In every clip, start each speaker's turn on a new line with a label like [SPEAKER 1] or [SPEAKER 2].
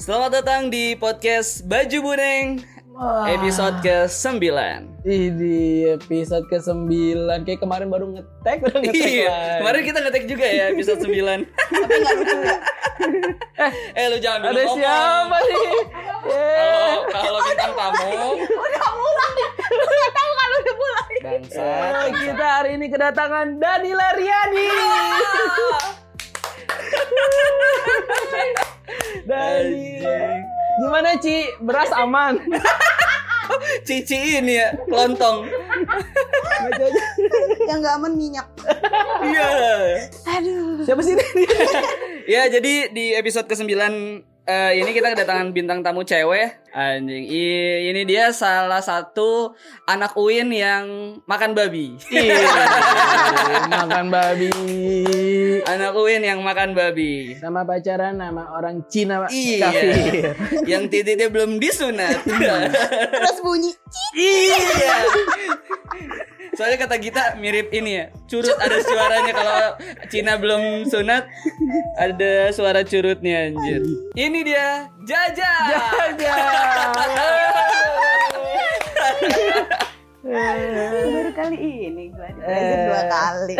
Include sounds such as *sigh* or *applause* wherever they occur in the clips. [SPEAKER 1] Selamat datang di podcast Baju Buneng
[SPEAKER 2] Wah,
[SPEAKER 1] episode ke-9
[SPEAKER 2] Ih, di episode ke-9 Kayak kemarin baru ngetek Baru ngetek
[SPEAKER 1] Iya,
[SPEAKER 2] lagi.
[SPEAKER 1] kemarin kita ngetek juga ya episode 9 *laughs* Eh lu jangan dulu
[SPEAKER 2] Ada
[SPEAKER 1] ngomong.
[SPEAKER 2] siapa
[SPEAKER 1] *laughs*
[SPEAKER 2] nih?
[SPEAKER 1] Kalau kalau bintang tamu
[SPEAKER 3] Udah mulai. Lu gak tahu kalau udah mulai.
[SPEAKER 1] Bangsa
[SPEAKER 2] Eh, Kita hari ini kedatangan Danila
[SPEAKER 1] *laughs*
[SPEAKER 2] Riani Dani
[SPEAKER 1] Anjing.
[SPEAKER 2] Gimana Ci? Beras
[SPEAKER 1] *laughs*
[SPEAKER 2] aman?
[SPEAKER 1] Cici ini ya, lontong
[SPEAKER 3] Yang gak aman minyak.
[SPEAKER 1] Iya
[SPEAKER 3] Aduh.
[SPEAKER 2] Siapa sih ini?
[SPEAKER 1] Ya jadi di episode ke-9 eh, ini kita kedatangan bintang tamu cewek Anjing, I- ini dia salah satu anak UIN yang makan babi
[SPEAKER 2] Ih, Makan babi
[SPEAKER 1] Anak UIN yang makan babi
[SPEAKER 2] Nama pacaran nama orang Cina Pak.
[SPEAKER 1] Iya.
[SPEAKER 2] Kafir.
[SPEAKER 1] yang titiknya belum disunat.
[SPEAKER 3] Terus bunyi. Cik.
[SPEAKER 1] iya. Soalnya kata Gita mirip ini ya. Curut ada suaranya kalau Cina belum sunat ada suara curutnya anjir. Ini dia Jaja.
[SPEAKER 2] Jaja.
[SPEAKER 3] Baru kali ini gue
[SPEAKER 2] Eh.
[SPEAKER 3] dua kali.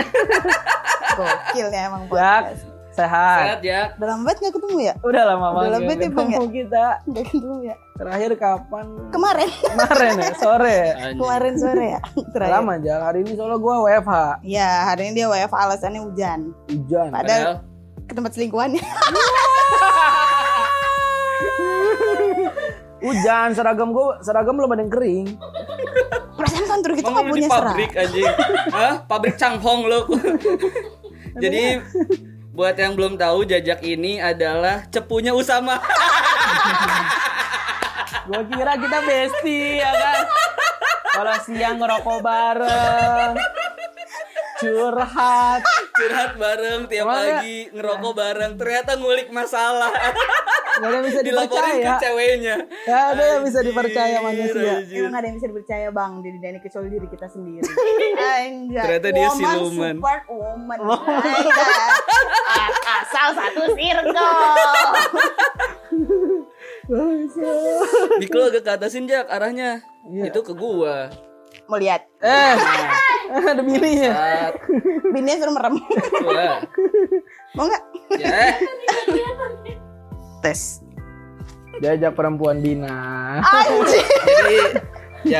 [SPEAKER 3] *laughs* Gokil ya emang
[SPEAKER 2] Jak,
[SPEAKER 3] podcast.
[SPEAKER 2] sehat.
[SPEAKER 1] Sehat ya.
[SPEAKER 3] Udah lama banget gak ketemu ya?
[SPEAKER 2] Udah lama
[SPEAKER 3] Udah
[SPEAKER 2] banget
[SPEAKER 3] lama banget ya, Bang,
[SPEAKER 2] ketemu kita.
[SPEAKER 3] Gak ketemu ya?
[SPEAKER 2] Terakhir kapan?
[SPEAKER 3] Kemarin.
[SPEAKER 2] Kemarin ya, sore.
[SPEAKER 1] Anjir.
[SPEAKER 3] Kemarin sore ya? Terakhir.
[SPEAKER 2] Lama aja. Hari ini soalnya gue WFH.
[SPEAKER 3] Ya hari ini dia WFH alasannya hujan.
[SPEAKER 2] Hujan.
[SPEAKER 3] Padahal
[SPEAKER 1] Padahal
[SPEAKER 3] ke tempat
[SPEAKER 1] *laughs*
[SPEAKER 3] selingkuhannya.
[SPEAKER 2] Hujan. Seragam gue, seragam belum ada yang kering.
[SPEAKER 3] Perasaan kantor kita
[SPEAKER 1] Emang lu
[SPEAKER 3] gak
[SPEAKER 1] di
[SPEAKER 3] punya serah.
[SPEAKER 1] pabrik anjing. Hah? Pabrik Changhong lu. Jadi buat yang belum tahu Jajak ini adalah cepunya Usama.
[SPEAKER 2] Gue kira kita bestie ya kan. Kalau siang ngerokok bareng. Curhat.
[SPEAKER 1] curhat bareng tiap
[SPEAKER 2] Emang
[SPEAKER 1] pagi
[SPEAKER 2] iya.
[SPEAKER 1] ngerokok bareng ternyata ngulik masalah
[SPEAKER 2] Gak ada yang bisa
[SPEAKER 1] *laughs* dilaporin
[SPEAKER 2] dipercaya.
[SPEAKER 1] ke ceweknya
[SPEAKER 2] Gak ada yang bisa dipercaya
[SPEAKER 1] Anjir,
[SPEAKER 2] manusia. Iya.
[SPEAKER 1] anjir.
[SPEAKER 3] Emang ada yang bisa dipercaya bang diri Dani kecuali diri kita sendiri. *laughs* Anjay.
[SPEAKER 1] Ternyata dia
[SPEAKER 3] woman
[SPEAKER 1] siluman. Oh.
[SPEAKER 3] Super woman. Anjay. Asal satu circle.
[SPEAKER 1] *laughs* Diko agak ke atasin jak arahnya
[SPEAKER 2] Iya.
[SPEAKER 1] itu ke gua
[SPEAKER 3] Mau lihat.
[SPEAKER 2] Eh, *laughs* ada bininya.
[SPEAKER 1] Saat
[SPEAKER 3] Bininya suruh merem. *laughs*
[SPEAKER 1] gua
[SPEAKER 3] Mau nggak?
[SPEAKER 1] ya
[SPEAKER 3] Tes.
[SPEAKER 2] Diajak perempuan bina.
[SPEAKER 3] Anjay.
[SPEAKER 1] jadi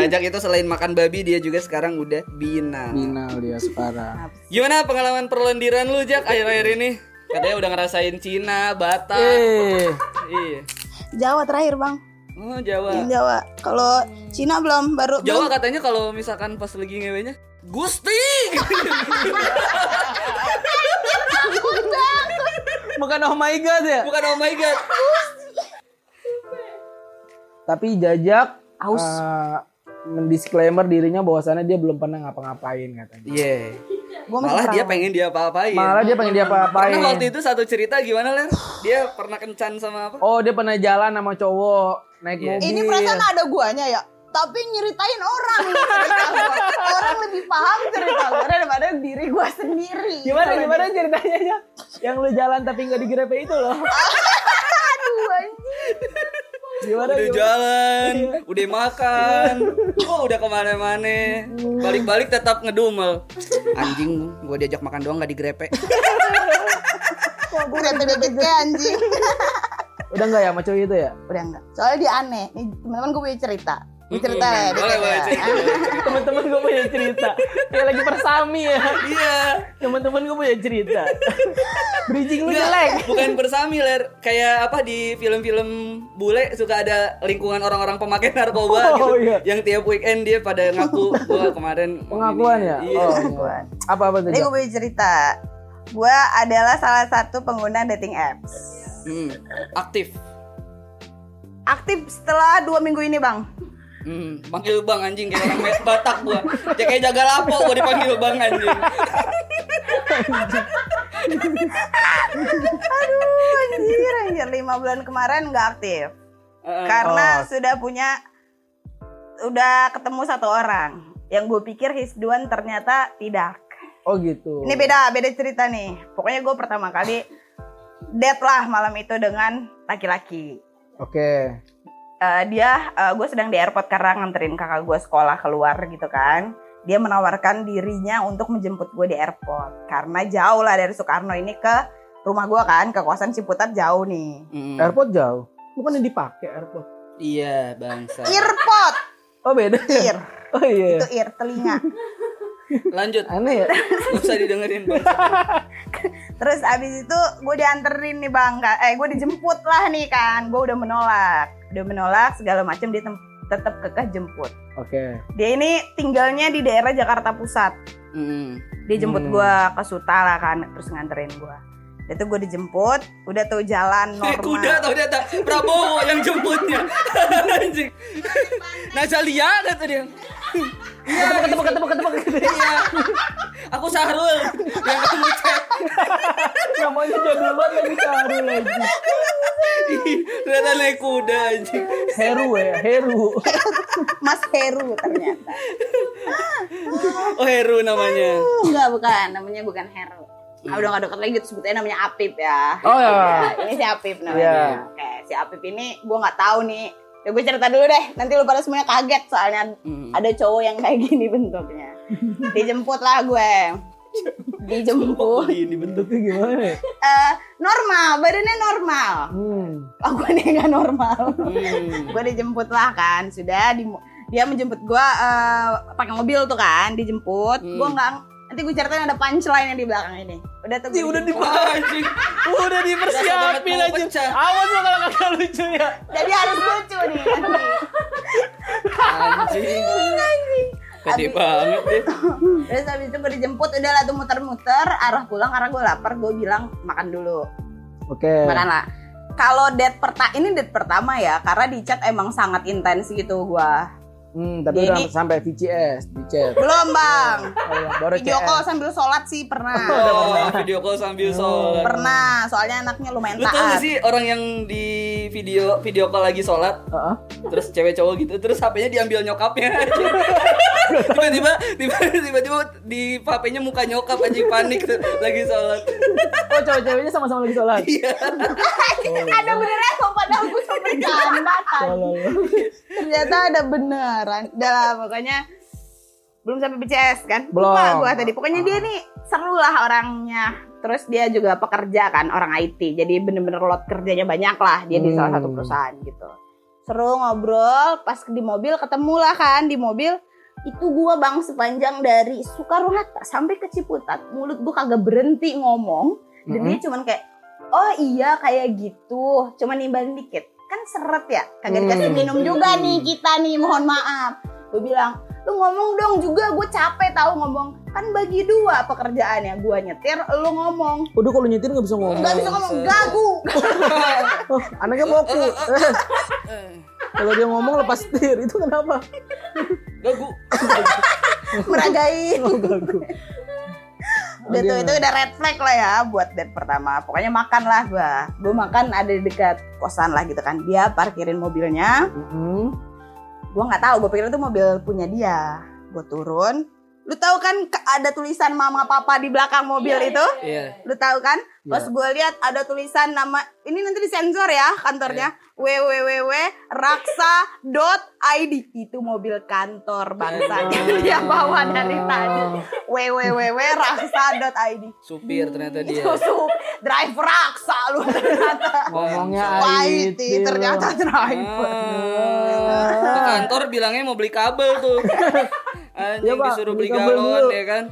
[SPEAKER 1] jajak itu selain makan babi dia juga sekarang udah bina
[SPEAKER 2] Minal dia sekarang.
[SPEAKER 1] gimana pengalaman perlendiran lu jak akhir-akhir ini katanya udah ngerasain Cina Batak
[SPEAKER 2] Eh,
[SPEAKER 1] iya
[SPEAKER 3] *laughs* Jawa terakhir bang.
[SPEAKER 1] oh
[SPEAKER 3] Yang
[SPEAKER 2] Iya.
[SPEAKER 1] Jawa
[SPEAKER 3] Jawa. Kalau Cina belum baru.
[SPEAKER 1] Jawa
[SPEAKER 3] belum.
[SPEAKER 1] katanya kalau misalkan pas lagi ngewenya Gusti
[SPEAKER 2] bukan oh my god ya.
[SPEAKER 1] bukan oh my god
[SPEAKER 2] Tapi jajak eh, mendisklaimer dirinya bahwasannya dia belum pernah ngapa-ngapain katanya.
[SPEAKER 1] Iya.
[SPEAKER 3] Gua masih
[SPEAKER 1] Malah dia
[SPEAKER 3] perawan.
[SPEAKER 1] pengen dia
[SPEAKER 3] Iya.
[SPEAKER 1] apa-apain.
[SPEAKER 2] Malah iya. dia pengen dia
[SPEAKER 1] Karena waktu
[SPEAKER 2] apa-apain.
[SPEAKER 1] itu satu cerita gimana Ler? Dia pernah kencan sama apa?
[SPEAKER 2] Oh, dia pernah jalan sama cowok naik
[SPEAKER 1] Iya.
[SPEAKER 2] mobil.
[SPEAKER 3] Ini perasaan ada guanya ya. Tapi nyeritain *laughs* orang. cerita gua. orang lebih paham cerita gue daripada diri gue sendiri.
[SPEAKER 2] Gimana gimana ceritanya Jak? Yang lu jalan tapi nggak digerepe itu loh.
[SPEAKER 3] Aduh, anjing.
[SPEAKER 1] Udah
[SPEAKER 2] Gimana? gimana?
[SPEAKER 1] jalan,
[SPEAKER 2] Iya.
[SPEAKER 1] udah makan, oh udah kemana-mana. Balik-balik tetap ngedumel. Anjing, gue diajak makan doang gak
[SPEAKER 2] *laughs*
[SPEAKER 1] digrepe.
[SPEAKER 3] Udah terdeket kayak anjing.
[SPEAKER 2] Udah nggak ya sama cowok itu ya?
[SPEAKER 3] Udah enggak. Soalnya dia aneh. Nih, teman-teman gue punya cerita. Ini cerita
[SPEAKER 1] Mm-mm.
[SPEAKER 3] ya. dia
[SPEAKER 1] Boleh,
[SPEAKER 3] cerita.
[SPEAKER 1] boleh cerita. boleh cerita.
[SPEAKER 2] Teman-teman gue punya cerita. Kayak lagi persami ya.
[SPEAKER 1] Iya.
[SPEAKER 2] Teman-teman gue punya cerita. Bridging lu jelek.
[SPEAKER 1] Bukan bersami Ler, kayak apa di film-film bule suka ada lingkungan orang-orang pemakai narkoba
[SPEAKER 2] Oh,
[SPEAKER 1] gitu.
[SPEAKER 2] iya.
[SPEAKER 1] Yang tiap weekend dia pada ngaku gua kemarin
[SPEAKER 2] Pengakuan
[SPEAKER 1] ini."
[SPEAKER 2] ya?
[SPEAKER 1] Iya.
[SPEAKER 2] Oh.
[SPEAKER 3] Pengakuan.
[SPEAKER 2] Apa apa tuh?
[SPEAKER 3] Ini
[SPEAKER 2] Jak?
[SPEAKER 3] gue punya cerita. Gue adalah salah satu pengguna dating apps.
[SPEAKER 1] Hmm. Aktif.
[SPEAKER 3] Aktif setelah dua minggu ini bang.
[SPEAKER 1] Hmm, panggil bang anjing kayak orang Met- Batak gua. Ya kayak jaga lapo gua dipanggil bang anjing.
[SPEAKER 3] Aduh anjir anjir. Lima bulan kemarin nggak aktif.
[SPEAKER 1] Heeh.
[SPEAKER 3] Karena
[SPEAKER 2] Oh.
[SPEAKER 3] sudah punya, udah ketemu satu orang. Yang gue pikir hisduan ternyata tidak.
[SPEAKER 2] Oh gitu.
[SPEAKER 3] Ini beda, beda cerita nih. Pokoknya gue pertama kali date lah malam itu dengan laki-laki.
[SPEAKER 2] Oke.
[SPEAKER 3] Eh, dia gue sedang di airport karena nganterin kakak gue sekolah keluar gitu kan dia menawarkan dirinya untuk menjemput gue di airport karena jauh lah dari Soekarno ini ke rumah gue kan ke kawasan Ciputat jauh nih
[SPEAKER 1] Mm.
[SPEAKER 2] Airport jauh. Bukan yang dipakai airport.
[SPEAKER 1] Iya bangsa.
[SPEAKER 3] earpod
[SPEAKER 2] Oh beda.
[SPEAKER 3] ear
[SPEAKER 2] *laughs* Oh iya.
[SPEAKER 3] itu ear telinga
[SPEAKER 1] Lanjut,
[SPEAKER 2] Aneh ya.
[SPEAKER 1] nggak usah didengerin bangsa.
[SPEAKER 3] terus abis itu gue dianterin nih bang Ka- eh gue dijemput lah nih kan gue udah menolak udah menolak segala macam dia tem- tetap kekeh jemput
[SPEAKER 2] Oke.
[SPEAKER 3] dia ini tinggalnya di daerah Jakarta Pusat
[SPEAKER 1] Mm.
[SPEAKER 3] dia jemput
[SPEAKER 2] Hmm.
[SPEAKER 3] gue ke Suta lah kan terus nganterin gue itu gue dijemput udah tuh
[SPEAKER 2] *laughs*
[SPEAKER 3] jalan
[SPEAKER 1] Eh,
[SPEAKER 3] normal
[SPEAKER 1] kuda tau dia tak Prabowo yang jemputnya. *laughs* Anjing. Nazalia kata dia. Iya, ketemu ketemu ketemu ketemu. Iya. Aku Sahrul yang ketemu chat.
[SPEAKER 2] Namanya jadul banget ya. lagi Saru lagi.
[SPEAKER 1] Ih, Ternyata naik kuda anjing.
[SPEAKER 2] Heru ya, Heru.
[SPEAKER 3] Mas Heru ternyata
[SPEAKER 1] Oh Heru namanya.
[SPEAKER 3] enggak bukan namanya bukan Heru Ah, udah gak deket lagi gitu sebutnya namanya Apip ya
[SPEAKER 2] Hmm. Oh ya.
[SPEAKER 3] Ya, ini si Apip namanya
[SPEAKER 2] Iya.
[SPEAKER 3] oke si Apip ini gue nggak tahu nih ya gue cerita dulu deh nanti lu pada semuanya kaget soalnya
[SPEAKER 1] Mm.
[SPEAKER 2] Hmm.
[SPEAKER 3] ada cowok yang kayak gini bentuknya dijemput lah gue
[SPEAKER 1] Kok
[SPEAKER 3] dijemput
[SPEAKER 2] *laughs*
[SPEAKER 1] begini bentuk?
[SPEAKER 2] Bentuknya gimana? ya?
[SPEAKER 3] Eh, normal badannya normal
[SPEAKER 2] Hmm.
[SPEAKER 3] aku nih nggak normal
[SPEAKER 1] Hmm.
[SPEAKER 3] gue dijemput lah kan sudah di dia menjemput gue eh, pakai mobil tuh kan dijemput
[SPEAKER 1] Hmm.
[SPEAKER 3] gue nggak nanti gue ceritain ada punchline yang di belakang ini udah tuh
[SPEAKER 2] Ih,
[SPEAKER 3] gua
[SPEAKER 2] udah
[SPEAKER 3] dijemput.
[SPEAKER 1] Anjing.
[SPEAKER 2] Udah
[SPEAKER 1] Berasa
[SPEAKER 2] dipersiapin
[SPEAKER 1] banget mau
[SPEAKER 2] aja.
[SPEAKER 1] pecah.
[SPEAKER 2] Awas lo kalau kagak lucu ya.
[SPEAKER 3] jadi harus lucu nih nanti.
[SPEAKER 1] Anjing. Gede banget deh.
[SPEAKER 3] terus habis itu gue dijemput udah lah tuh muter-muter arah pulang karena gue lapar gue bilang makan dulu
[SPEAKER 2] Oke.
[SPEAKER 3] makan lah kalau date pertama ini date pertama ya karena di chat emang sangat intens gitu gue
[SPEAKER 2] Hmm, tapi udah
[SPEAKER 3] Jadi-
[SPEAKER 2] sampai VCS, di chat.
[SPEAKER 3] belum bang
[SPEAKER 2] Oh, ya, Baru
[SPEAKER 3] video
[SPEAKER 2] CS.
[SPEAKER 3] call sambil sholat sih pernah
[SPEAKER 1] Oh, video call sambil sholat.
[SPEAKER 3] pernah soalnya anaknya lumayan
[SPEAKER 1] Lu tau gak
[SPEAKER 3] taat
[SPEAKER 1] sih orang yang di video video call lagi sholat
[SPEAKER 2] Heeh.
[SPEAKER 1] terus cewek cowok gitu terus HP-nya diambil nyokapnya *laughs* tiba-tiba tiba- tiba-tiba di HP-nya muka nyokap aja panik tuh, lagi *laughs* sholat
[SPEAKER 2] Oh, cowok-ceweknya sama-sama lagi sholat.
[SPEAKER 1] iya
[SPEAKER 3] ada
[SPEAKER 2] Iya.
[SPEAKER 3] beneran kok padahal gue cuma bercanda tadi.
[SPEAKER 2] Tolol.
[SPEAKER 3] kan. ternyata ada beneran udah lah pokoknya belum sampai BCS kan
[SPEAKER 2] Belum.
[SPEAKER 3] lupa gue tadi pokoknya dia nih seru lah orangnya terus dia juga pekerja kan orang IT jadi bener-bener lot kerjanya banyak lah dia di
[SPEAKER 2] Hmm.
[SPEAKER 3] salah satu perusahaan gitu seru ngobrol pas di mobil ketemu lah kan di mobil itu gua bang sepanjang dari Soekarno Hatta sampai ke Ciputat mulut gua kagak berhenti ngomong dan dia cuman kayak oh iya kayak gitu cuman nimbalin dikit kan seret ya kagak dikasih
[SPEAKER 2] Hmm.
[SPEAKER 3] minum juga
[SPEAKER 2] Hmm.
[SPEAKER 3] nih kita nih mohon maaf gue bilang lu ngomong dong juga gue capek tahu ngomong kan bagi dua pekerjaannya gue nyetir lu ngomong
[SPEAKER 2] Udah kalau nyetir nggak bisa ngomong.
[SPEAKER 3] nggak bisa ngomong
[SPEAKER 2] *laughs*
[SPEAKER 3] gagu
[SPEAKER 2] Oh, anaknya boku. Eh, kalau dia ngomong lepas setir itu kenapa?
[SPEAKER 1] gagu
[SPEAKER 3] meragain
[SPEAKER 2] Oh, gagu.
[SPEAKER 3] udah tuh itu udah red flag lah ya buat date pertama pokoknya makan lah gue gue makan ada di dekat kosan lah gitu kan dia parkirin mobilnya
[SPEAKER 2] Mm-mm.
[SPEAKER 3] gue nggak tahu gue pikir itu mobil punya dia gue turun lu tahu kan ke- ada tulisan mama papa di belakang mobil itu
[SPEAKER 1] iya
[SPEAKER 3] lu tahu kan pas gue lihat ada tulisan nama ini nanti disensor ya kantornya
[SPEAKER 1] Iya.
[SPEAKER 3] www raksa.id itu mobil kantor bangsa
[SPEAKER 1] Iya.
[SPEAKER 3] yang dia bawa dari tadi www raksa.id
[SPEAKER 1] supir ternyata dia
[SPEAKER 3] susu drive raksa lu ternyata
[SPEAKER 2] Ngomongnya
[SPEAKER 1] Nah,
[SPEAKER 3] Wahid
[SPEAKER 2] Aiti,
[SPEAKER 1] gitu.
[SPEAKER 2] lu.
[SPEAKER 3] ternyata driver
[SPEAKER 1] Ah, ke kantor bilangnya mau beli kabel
[SPEAKER 2] *laughs*
[SPEAKER 1] tuh
[SPEAKER 2] Iya,
[SPEAKER 1] anjing
[SPEAKER 2] Pak,
[SPEAKER 1] disuruh
[SPEAKER 2] beli
[SPEAKER 1] beli
[SPEAKER 2] kabel dulu.
[SPEAKER 1] galon ya kan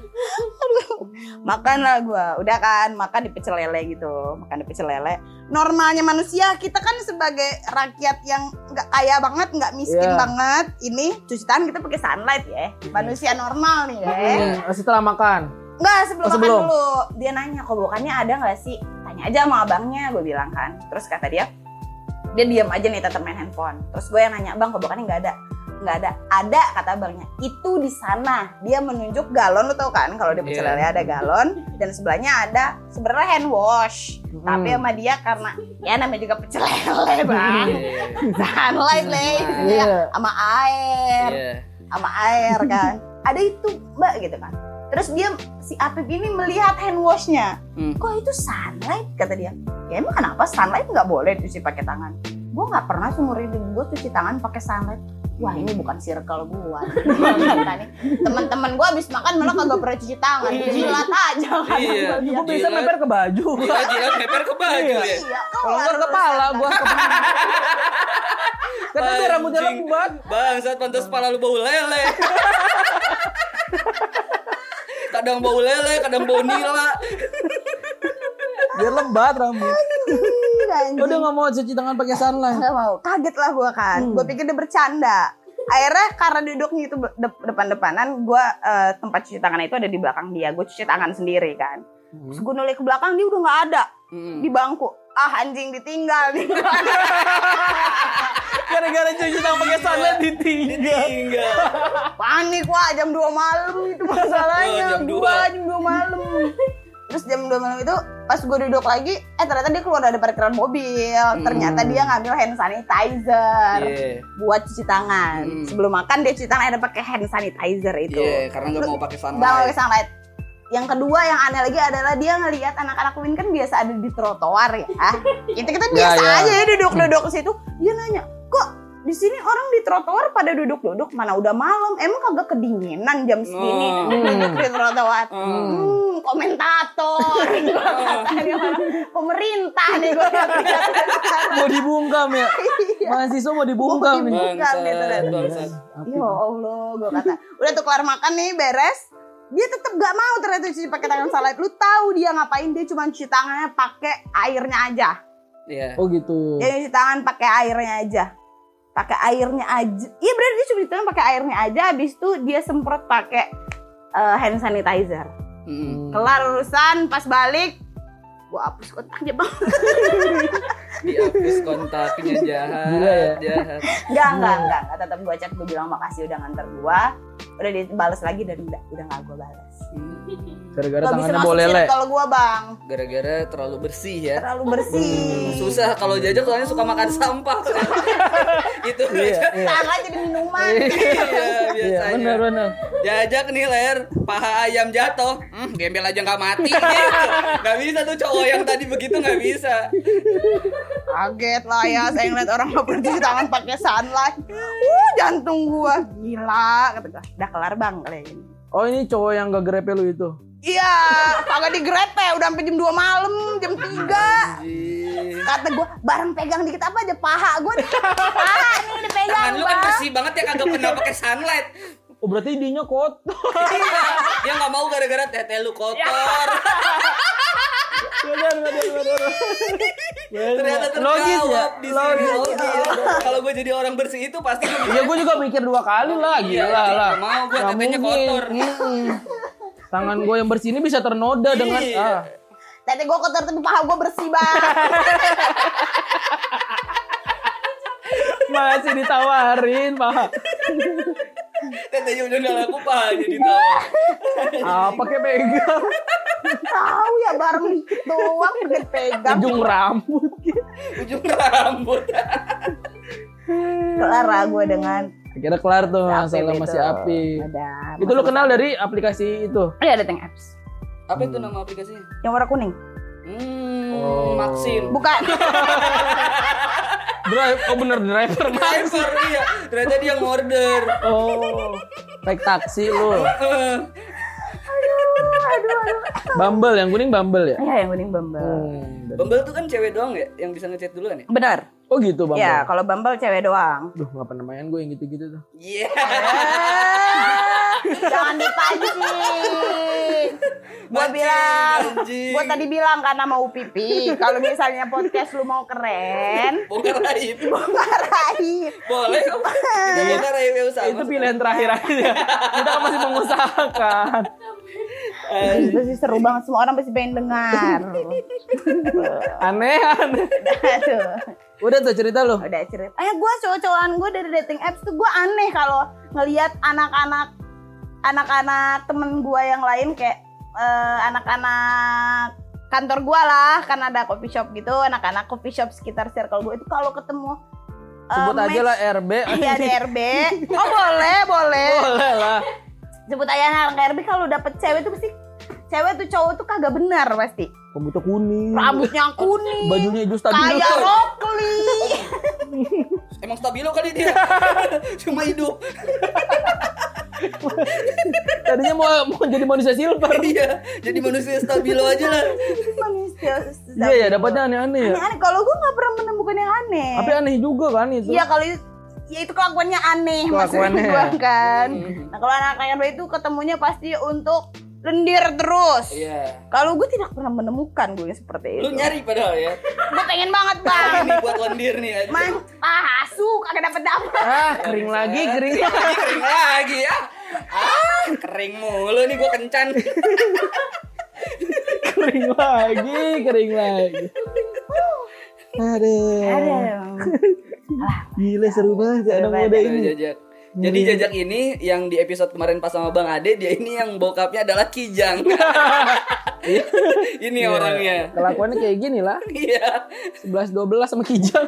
[SPEAKER 3] makan lah gue udah kan makan di pecel lele gitu makan di pecel lele normalnya manusia kita kan sebagai rakyat yang nggak kaya banget nggak miskin
[SPEAKER 2] Iya.
[SPEAKER 3] banget ini cuci tangan kita pakai sunlight ya manusia normal nih ya
[SPEAKER 2] Hmm, setelah makan.
[SPEAKER 3] nggak sebelum,
[SPEAKER 2] Oh, sebelum.
[SPEAKER 3] makan dulu dia nanya kobokannya ada nggak sih tanya aja sama abangnya gue bilang kan terus kata dia dia diam aja nih tetap main handphone terus gue yang nanya bang kobokannya nggak ada nggak ada ada kata abangnya itu di sana dia menunjuk galon lo tau kan kalau di pecel
[SPEAKER 1] Iya.
[SPEAKER 3] lele ada galon dan sebelahnya ada sebenarnya hand wash
[SPEAKER 2] Hmm.
[SPEAKER 3] tapi sama dia karena ya namanya juga pecel *laughs* lele
[SPEAKER 2] Ah.
[SPEAKER 3] bang
[SPEAKER 1] Iya,
[SPEAKER 3] sunlight leh
[SPEAKER 2] Iya.
[SPEAKER 3] sama air
[SPEAKER 1] iya
[SPEAKER 3] sama air
[SPEAKER 1] *laughs*
[SPEAKER 3] kan ada itu mbak gitu kan terus dia si Apip ini melihat hand washnya
[SPEAKER 1] Hmm.
[SPEAKER 3] kok itu sunlight kata dia ya emang kenapa sunlight nggak boleh dicuci pakai tangan gue nggak pernah seumur hidup gue cuci tangan pakai sunlight wah ini bukan circle
[SPEAKER 1] *laughs*
[SPEAKER 3] gue teman-teman gue abis makan malah kagak pernah cuci tangan jilat aja kan
[SPEAKER 1] Iya.
[SPEAKER 2] Gue
[SPEAKER 3] gua liat.
[SPEAKER 2] bisa
[SPEAKER 1] Jilat.
[SPEAKER 2] meper ke baju.
[SPEAKER 1] Gila jilat meper ke baju
[SPEAKER 2] Iya.
[SPEAKER 1] ya.
[SPEAKER 3] iya
[SPEAKER 2] *laughs* Kalau nggak kepala gue
[SPEAKER 1] *laughs*
[SPEAKER 2] Karena dia Kan rambutnya
[SPEAKER 1] Anjing.
[SPEAKER 2] lembat.
[SPEAKER 1] Bangsat pantas pala lu bau lele. *laughs* kadang bau lele, kadang bau nila.
[SPEAKER 2] Dia lembat rambut.
[SPEAKER 3] Anjing.
[SPEAKER 2] Udah nggak mau cuci tangan pakai
[SPEAKER 3] *laughs*
[SPEAKER 2] sunlight.
[SPEAKER 3] Gak mau, kaget lah gue kan.
[SPEAKER 1] Hmm.
[SPEAKER 3] Gue pikir dia bercanda. Akhirnya karena duduknya itu de- depan-depanan, gue tempat cuci tangan itu ada di belakang dia. Gue cuci tangan sendiri kan. Terus gue noleh ke belakang, dia udah nggak ada
[SPEAKER 1] Hmm.
[SPEAKER 3] di bangku. Ah anjing ditinggal. *laughs* ditinggal.
[SPEAKER 2] Gara-gara cuci tangan pakai sunlight iya. ditinggal.
[SPEAKER 1] Iya. Tinggal.
[SPEAKER 3] Panik wah jam 2 malam itu masalahnya.
[SPEAKER 1] Oh, jam
[SPEAKER 3] Gua
[SPEAKER 1] 2.
[SPEAKER 3] jam 2 malam. Terus jam 2 malam itu pas gue duduk lagi, eh ternyata dia keluar dari parkiran mobil.
[SPEAKER 1] Hmm.
[SPEAKER 3] Ternyata dia ngambil hand sanitizer.
[SPEAKER 1] Iya.
[SPEAKER 3] buat cuci tangan.
[SPEAKER 1] Hmm.
[SPEAKER 3] Sebelum makan dia cuci tangan ada pakai hand sanitizer
[SPEAKER 2] gitu.
[SPEAKER 3] itu.
[SPEAKER 1] Iya, karena nggak mau pakai
[SPEAKER 3] Nggak pakai
[SPEAKER 1] sunlight.
[SPEAKER 3] sunlight. Yang kedua yang aneh lagi adalah dia ngelihat anak-anak Win kan biasa ada di trotoar ya.
[SPEAKER 1] *laughs*
[SPEAKER 3] Itu kita
[SPEAKER 1] Iya,
[SPEAKER 3] biasa
[SPEAKER 2] ya.
[SPEAKER 3] aja ya duduk-duduk ke situ. Dia nanya, "Kok di sini orang di trotoar pada duduk-duduk mana udah malam emang kagak kedinginan jam segini
[SPEAKER 1] Oh.
[SPEAKER 3] duduk *laughs* di trotoar
[SPEAKER 1] Hmm.
[SPEAKER 3] hmm, komentator Gua katanya orang, pemerintah nih gue
[SPEAKER 1] *laughs*
[SPEAKER 2] Mau dibungkam ya. Mahasiswa mau dibungkam nih.
[SPEAKER 3] Mau dibungkam
[SPEAKER 1] Bangsat,
[SPEAKER 3] gitu
[SPEAKER 2] Iya.
[SPEAKER 3] dan-
[SPEAKER 1] bangsat.
[SPEAKER 3] Ya Allah, gue kata. Udah tuh kelar makan nih, beres. Dia tetap gak mau ternyata cuci pakai tangan salad. Lu tahu dia ngapain? Dia cuma cuci tangannya pakai airnya aja.
[SPEAKER 1] Iya.
[SPEAKER 2] Oh gitu.
[SPEAKER 3] Dia cuci tangan pakai airnya aja. Pakai airnya aja. Iya berarti dia cuma cuci tangan pakai airnya aja. Habis itu dia semprot pakai eh, hand sanitizer.
[SPEAKER 1] Hmm.
[SPEAKER 3] Kelar urusan, pas balik gue hapus kontaknya bang *laughs*
[SPEAKER 1] Dihapus kontaknya
[SPEAKER 2] Gila
[SPEAKER 1] jahat, jahat.
[SPEAKER 3] Enggak, enggak, enggak, enggak. Tetap gue chat, gue bilang makasih udah nganter gue Udah dibales lagi dan udah, udah gak gue balas
[SPEAKER 1] Hmm.
[SPEAKER 2] Gara-gara
[SPEAKER 3] Gak bisa
[SPEAKER 2] tangannya
[SPEAKER 3] masuk
[SPEAKER 2] bawa lele.
[SPEAKER 3] circle gue bang
[SPEAKER 1] Gara-gara terlalu bersih ya.
[SPEAKER 3] terlalu bersih.
[SPEAKER 2] ya.
[SPEAKER 1] Susah kalau jajak soalnya suka makan sampah. *laughs* Itu
[SPEAKER 2] Iya,
[SPEAKER 1] aja.
[SPEAKER 2] iya.
[SPEAKER 3] Tangan jadi minuman.
[SPEAKER 1] Iya,
[SPEAKER 2] Iya,
[SPEAKER 1] biasanya.
[SPEAKER 2] benar benar.
[SPEAKER 1] Jajak nih ler, paha ayam jatuh, hmm, gembel aja nggak mati, *laughs* gitu. nggak bisa tuh cowok yang tadi begitu nggak bisa.
[SPEAKER 3] Kaget lah ya, saya ngeliat orang nggak pernah cuci tangan pakai sunlight. Uh, jantung gua gila. Kata gua, udah kelar bang kali ini.
[SPEAKER 2] Oh ini cowok yang gak grepe lu itu.
[SPEAKER 3] Iya, kagak digrepe, udah sampai jam 2 malam, jam 3.
[SPEAKER 1] Anjir.
[SPEAKER 3] Kata gua, barang pegang dikit apa aja, paha gua nih. Paha nih dipegang,
[SPEAKER 1] Tangan lu kan
[SPEAKER 3] Bang.
[SPEAKER 1] bersih banget ya kagak pernah pakai sunlight.
[SPEAKER 2] Oh berarti dinya kotor.
[SPEAKER 1] Iya, Dia nggak mau gara-gara tete lu kotor.
[SPEAKER 2] Iya. Benar benar benar.
[SPEAKER 1] Ternyata
[SPEAKER 2] logis ya.
[SPEAKER 1] terjawab di sini
[SPEAKER 2] Logis.
[SPEAKER 1] logis. Kalau gue jadi orang bersih itu pasti gue
[SPEAKER 2] Ya gue juga mikir dua kali lah,
[SPEAKER 1] Iya,
[SPEAKER 2] gila lah.
[SPEAKER 1] nggak mau, gua
[SPEAKER 2] Nggak
[SPEAKER 1] tetenya
[SPEAKER 2] mungkin.
[SPEAKER 1] kotor.
[SPEAKER 2] Mm-mm. Tangan gue yang bersih ini bisa ternoda dengan
[SPEAKER 1] Iya.
[SPEAKER 2] ah.
[SPEAKER 3] Tete gua kotor tapi paha gua bersih bang.
[SPEAKER 2] masih ditawarin pak.
[SPEAKER 1] tetenya udah nggak laku pahanya jadi tahu.
[SPEAKER 2] Apa kayak Ah, pegang
[SPEAKER 3] Tahu ya barang dikit doang pegang.
[SPEAKER 2] ujung rambut?
[SPEAKER 1] *laughs* Ujung rambut.
[SPEAKER 3] Kelar lah gua dengan
[SPEAKER 2] Kira kelar tuh masalah
[SPEAKER 3] itu.
[SPEAKER 2] masih api.
[SPEAKER 3] Ada.
[SPEAKER 2] Iya. Itu lo kenal dari aplikasi itu.
[SPEAKER 3] Iya, ada dating apps.
[SPEAKER 1] Apa itu nama aplikasinya?
[SPEAKER 3] Yang warna kuning.
[SPEAKER 1] Hmm,
[SPEAKER 2] Oh.
[SPEAKER 1] Maxim.
[SPEAKER 3] *laughs* Bukan.
[SPEAKER 2] Drive, oh bener driver.
[SPEAKER 1] Driver iya. Ternyata dia ngorder.
[SPEAKER 2] Oh, naik taksi lo.
[SPEAKER 1] Eh,
[SPEAKER 2] Bumble yang kuning Bumble ya.
[SPEAKER 3] Iya, yang kuning Bumble.
[SPEAKER 2] Hmm.
[SPEAKER 1] *laughs* Bumble tuh kan cewek doang ya yang bisa ngechat duluan ya?
[SPEAKER 3] Benar.
[SPEAKER 2] Oh gitu Bumble.
[SPEAKER 3] Ya, kalau Bumble cewek doang.
[SPEAKER 2] Duh, nggak pernah main gue yang gitu-gitu tuh.
[SPEAKER 1] Iya. *laughs*
[SPEAKER 3] Ah. Jangan dipancing. Gua
[SPEAKER 1] Mancing,
[SPEAKER 3] bilang,
[SPEAKER 1] anjing.
[SPEAKER 3] gua tadi bilang kan sama UPP, kalau misalnya podcast lu mau keren, *laughs*
[SPEAKER 1] Bongkar *laughs* raib.
[SPEAKER 3] bongkar aib.
[SPEAKER 1] Boleh kok. Kita bongkar raib yang sama.
[SPEAKER 2] Itu pilihan terakhir aja. Kita kan masih mengusahakan.
[SPEAKER 1] Eh,
[SPEAKER 3] Itu sih seru banget semua orang pasti pengen dengar. *laughs*
[SPEAKER 2] Aneh, aneh.
[SPEAKER 3] Aduh.
[SPEAKER 2] Udah tuh cerita lo.
[SPEAKER 3] Udah cerita. Eh, gua cowok-cowokan gua dari dating apps tuh gua aneh kalau ngelihat anak-anak anak-anak temen gua yang lain kayak eh, anak-anak kantor gua lah kan ada coffee shop gitu anak-anak coffee shop sekitar circle gua itu kalau ketemu eh,
[SPEAKER 2] Sebut aja
[SPEAKER 3] match-
[SPEAKER 2] lah RB.
[SPEAKER 3] Iya DRB. Oh boleh, boleh.
[SPEAKER 2] Boleh lah.
[SPEAKER 3] Sebut aja anak RB kalau dapet cewek tuh pasti cewek tuh cowok tuh kagak benar pasti.
[SPEAKER 2] Rambutnya kuning.
[SPEAKER 3] Rambutnya kuning,
[SPEAKER 2] *laughs* Bajunya hijau stabil.
[SPEAKER 3] kayak rokli.
[SPEAKER 1] Emang stabilo kali *laughs* dia. Cuma hidup.
[SPEAKER 2] Tadinya mau mau jadi manusia silver.
[SPEAKER 1] Iya. Jadi manusia stabilo aja lah.
[SPEAKER 3] manusia gitu.
[SPEAKER 2] Iya ya, dapatnya aneh-aneh ya.
[SPEAKER 3] aneh kalau gue nggak pernah menemukan yang aneh
[SPEAKER 2] Tapi aneh juga kan itu.
[SPEAKER 3] iya kalau itu- ya itu kelakuannya aneh maksud
[SPEAKER 2] Kelakuannya.
[SPEAKER 3] gue kan
[SPEAKER 1] Hmm.
[SPEAKER 3] nah kalau anak anak itu ketemunya pasti untuk lendir terus
[SPEAKER 1] Iya.
[SPEAKER 3] kalau gue tidak pernah menemukan gue seperti itu
[SPEAKER 1] Lu nyari padahal ya.
[SPEAKER 3] gue pengen banget bang
[SPEAKER 1] Ini buat lendir nih. anjing.
[SPEAKER 3] man ah asu kagak dapet dapet
[SPEAKER 2] Ah, kering lagi, kering.
[SPEAKER 1] *laughs* lagi, kering lagi ya. Ah, kering mulu nih gua kencan.
[SPEAKER 2] kering lagi, kering lagi.
[SPEAKER 3] Iya.
[SPEAKER 2] Aduh, gila seru banget ada
[SPEAKER 3] banget.
[SPEAKER 2] mode
[SPEAKER 1] Ayo,
[SPEAKER 2] ini.
[SPEAKER 1] Jajak. Jadi Jajak ini yang di episode kemarin pas sama Bang Ade, dia ini yang bokapnya adalah
[SPEAKER 2] *laughs*
[SPEAKER 1] Kijang.
[SPEAKER 2] Iya,
[SPEAKER 1] ini orangnya.
[SPEAKER 2] Kelakuannya kayak gini lah,
[SPEAKER 1] Iya.
[SPEAKER 2] 11 12 sama Kijang.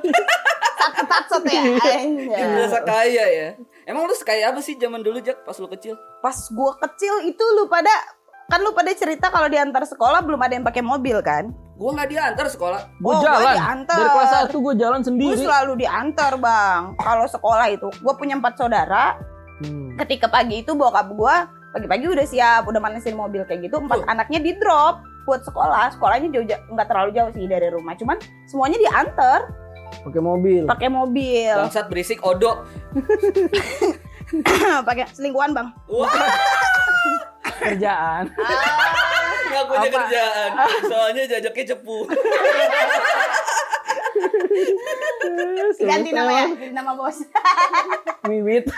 [SPEAKER 3] ketat satu ya
[SPEAKER 2] Iya.
[SPEAKER 1] Dia
[SPEAKER 3] anjay.
[SPEAKER 1] biasa kaya ya. Emang lu sekaya apa sih zaman dulu Jak pas lu kecil?
[SPEAKER 3] pas gue kecil itu lu pada kan lu pada cerita kalau diantar sekolah belum ada yang pakai mobil kan
[SPEAKER 1] Gua nggak diantar sekolah.
[SPEAKER 2] Gue
[SPEAKER 3] Oh, gua
[SPEAKER 2] jalan
[SPEAKER 3] diantar.
[SPEAKER 2] dari kelas 1 gue jalan
[SPEAKER 3] gue
[SPEAKER 2] sendiri.
[SPEAKER 3] selalu diantar bang kalau sekolah itu gue punya empat saudara
[SPEAKER 2] Hmm.
[SPEAKER 3] ketika pagi itu bokap gue pagi-pagi udah siap udah manasin mobil kayak gitu empat anaknya di drop buat sekolah sekolahnya jauh ja- nggak terlalu jauh sih dari rumah cuman semuanya diantar
[SPEAKER 1] Iya.
[SPEAKER 2] Pakai mobil.
[SPEAKER 3] pakai
[SPEAKER 2] Iya.
[SPEAKER 3] mobil
[SPEAKER 1] Bangsat berisik odo.
[SPEAKER 3] *coughs* pakai selingkuhan bang
[SPEAKER 1] Wah,
[SPEAKER 2] Kerjaan. *laughs*
[SPEAKER 1] nggak punya kerjaan. Soalnya jajaknya cepu. *laughs*
[SPEAKER 3] ganti nama ya ganti nama bos *laughs*
[SPEAKER 2] Wiwit.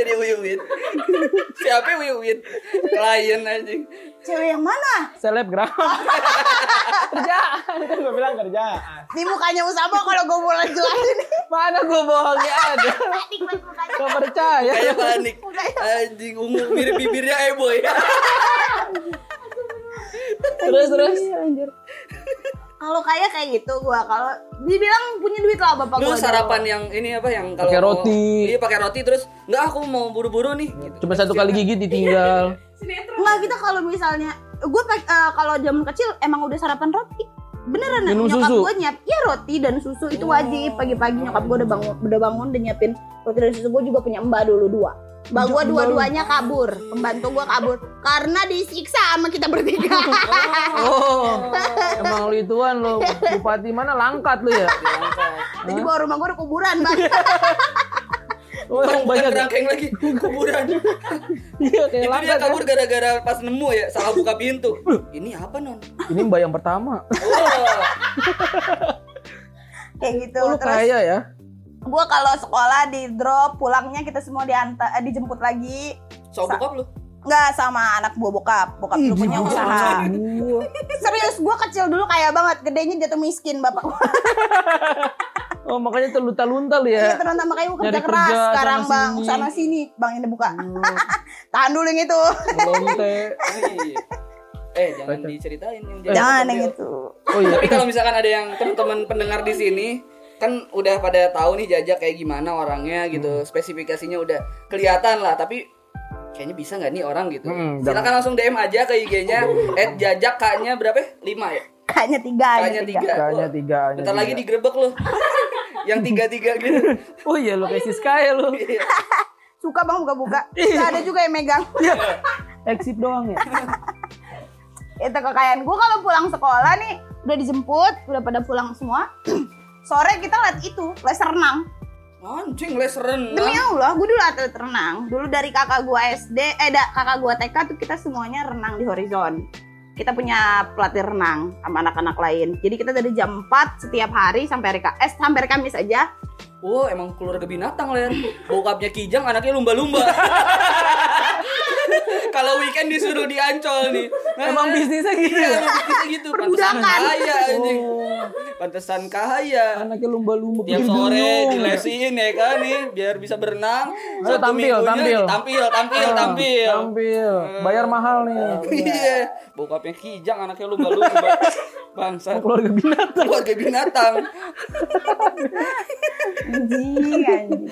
[SPEAKER 1] Jadi wiwit. Siapa wiwit? Klien anjing.
[SPEAKER 3] cewek yang mana
[SPEAKER 2] Selebgram. kerjaan. Kan gue bilang kerjaan.
[SPEAKER 3] di mukanya Usama kalau gue boleh
[SPEAKER 1] *laughs*
[SPEAKER 3] jelasin
[SPEAKER 2] Mana gue bohongnya ada.
[SPEAKER 3] nikmat mukanya
[SPEAKER 2] Gak percaya.
[SPEAKER 1] Kayak panik. Anjing ungu mirip bibirnya eh,
[SPEAKER 3] *laughs*
[SPEAKER 1] Eboy.
[SPEAKER 2] Terus terus.
[SPEAKER 3] kalau kaya kayak gitu gua kalau dibilang punya duit lah bapak
[SPEAKER 1] Lu
[SPEAKER 3] gua
[SPEAKER 1] sarapan yang ini apa yang kalau
[SPEAKER 2] Pakai roti.
[SPEAKER 1] Iya pakai roti terus nggak aku mau buru-buru nih gitu.
[SPEAKER 2] Cuma satu kali gigit ditinggal.
[SPEAKER 3] Enggak kita kalau misalnya gue kalau zaman kecil emang udah sarapan roti. Beneran
[SPEAKER 2] Minum
[SPEAKER 3] nyokap
[SPEAKER 2] susu?
[SPEAKER 3] gue nyiap ya roti dan susu itu wajib pagi-pagi nyokap gue udah bangun udah bangun udah nyiapin roti dan susu gue juga punya mbak dulu dua. Mbak gue dua-duanya kabur, pembantu gue kabur karena disiksa sama kita bertiga.
[SPEAKER 2] *laughs* Oh, emang lu ituan lu bupati mana langkat lu ya?
[SPEAKER 3] Jadi di bawah rumah gue ada kuburan bang.
[SPEAKER 2] Iya. Oh,
[SPEAKER 1] Bukan
[SPEAKER 2] yang banyak.
[SPEAKER 1] kerangkeng lagi kuburan.
[SPEAKER 2] Iya *laughs* kayak
[SPEAKER 1] Itu dia
[SPEAKER 2] langkat.
[SPEAKER 1] kabur gara-gara pas nemu ya salah buka
[SPEAKER 2] *laughs*
[SPEAKER 1] pintu. Ini apa non?
[SPEAKER 2] ya. Ini mbak yang pertama.
[SPEAKER 1] Oh,
[SPEAKER 3] Kayak gitu.
[SPEAKER 2] Oh, lu kaya ya?
[SPEAKER 3] gue kalau sekolah di drop, pulangnya kita semua diantar, eh, dijemput lagi.
[SPEAKER 1] so bokap
[SPEAKER 3] *laughs*
[SPEAKER 1] lu.
[SPEAKER 3] Nggak sama anak buah bokap, bokap dulu punya usaha.
[SPEAKER 2] Gua.
[SPEAKER 3] Serius, gue kecil dulu kaya banget. Gedenya dia tuh miskin, bapak gue.
[SPEAKER 2] Oh makanya terlunta-luntal ya.
[SPEAKER 3] Dia terus sama kayu kerja
[SPEAKER 2] Nyari
[SPEAKER 3] keras
[SPEAKER 2] kerja, sana
[SPEAKER 3] sekarang, bang.
[SPEAKER 2] sini. Oh.
[SPEAKER 3] Sana sini, bang ini buka. *laughs* Tahan dulu yang itu.
[SPEAKER 2] Melonte.
[SPEAKER 1] Iya. Eh jangan diceritain yang
[SPEAKER 2] Eh,
[SPEAKER 1] jadi
[SPEAKER 3] Jangan
[SPEAKER 1] otak
[SPEAKER 3] yang
[SPEAKER 1] dia.
[SPEAKER 3] itu.
[SPEAKER 2] Oh iya.
[SPEAKER 1] Tapi kalau misalkan ada yang teman-teman pendengar di sini kan udah pada tahu nih jajak kayak gimana orangnya
[SPEAKER 2] Hmm.
[SPEAKER 1] gitu, spesifikasinya udah kelihatan lah. Tapi kayaknya bisa nggak nih orang gitu?
[SPEAKER 2] Hmm,
[SPEAKER 1] Silakan langsung DM aja ke IG-nya @jajak k-nya berapa? ya? Lima ya?
[SPEAKER 3] Kayaknya tiga,
[SPEAKER 1] K-nya tiga.
[SPEAKER 2] Kayaknya
[SPEAKER 1] Wah,
[SPEAKER 2] tiga. hanya
[SPEAKER 1] Bentar lagi
[SPEAKER 2] tiga.
[SPEAKER 1] digerebek loh. *laughs* yang tiga tiga gitu. Iya.
[SPEAKER 2] Oh iya lu kayak Siska ya lu.
[SPEAKER 3] Suka bang
[SPEAKER 2] *laughs*
[SPEAKER 3] buka-buka.
[SPEAKER 2] Iya.
[SPEAKER 3] Nggak ada juga yang megang.
[SPEAKER 2] Exit doang ya.
[SPEAKER 3] itu kekayaan gue kalau pulang sekolah nih udah dijemput, udah pada pulang semua. *clears throat* Sore kita lihat itu, les renang.
[SPEAKER 1] Anjing les renang.
[SPEAKER 3] Demi Allah, gue dulu atlet renang. Dulu dari kakak gue SD, eh da, kakak gue TK tuh kita semuanya renang di horizon. Kita punya pelatih renang sama anak-anak lain. Jadi kita dari jam 4 setiap hari sampai hari Ka- eh, sampai hari Kamis aja.
[SPEAKER 1] Wah oh, emang keluarga binatang ler. Bokapnya kijang, anaknya
[SPEAKER 2] *laughs*
[SPEAKER 1] lumba-lumba. Kalau weekend disuruh diancol nih.
[SPEAKER 2] Emang bisnisnya gitu
[SPEAKER 1] Iya,
[SPEAKER 2] ya.
[SPEAKER 1] emang bisnisnya gitu. Pantesan
[SPEAKER 3] Perbudakan.
[SPEAKER 1] kaya anjing.
[SPEAKER 2] Oh.
[SPEAKER 1] Pantesan kaya.
[SPEAKER 2] Anaknya lumba-lumba.
[SPEAKER 1] Tiap
[SPEAKER 2] berduyung.
[SPEAKER 1] sore dilesin ya kan nih biar bisa berenang.
[SPEAKER 2] Ayo, tampil, tampil.
[SPEAKER 1] tampil, tampil, tampil.
[SPEAKER 2] Tampil. Bayar mahal nih.
[SPEAKER 1] Iya. Bokapnya kijang, anaknya lumba-lumba. Bangsa.
[SPEAKER 2] Keluarga binatang.
[SPEAKER 1] Keluarga binatang.
[SPEAKER 3] Anjing, anjing.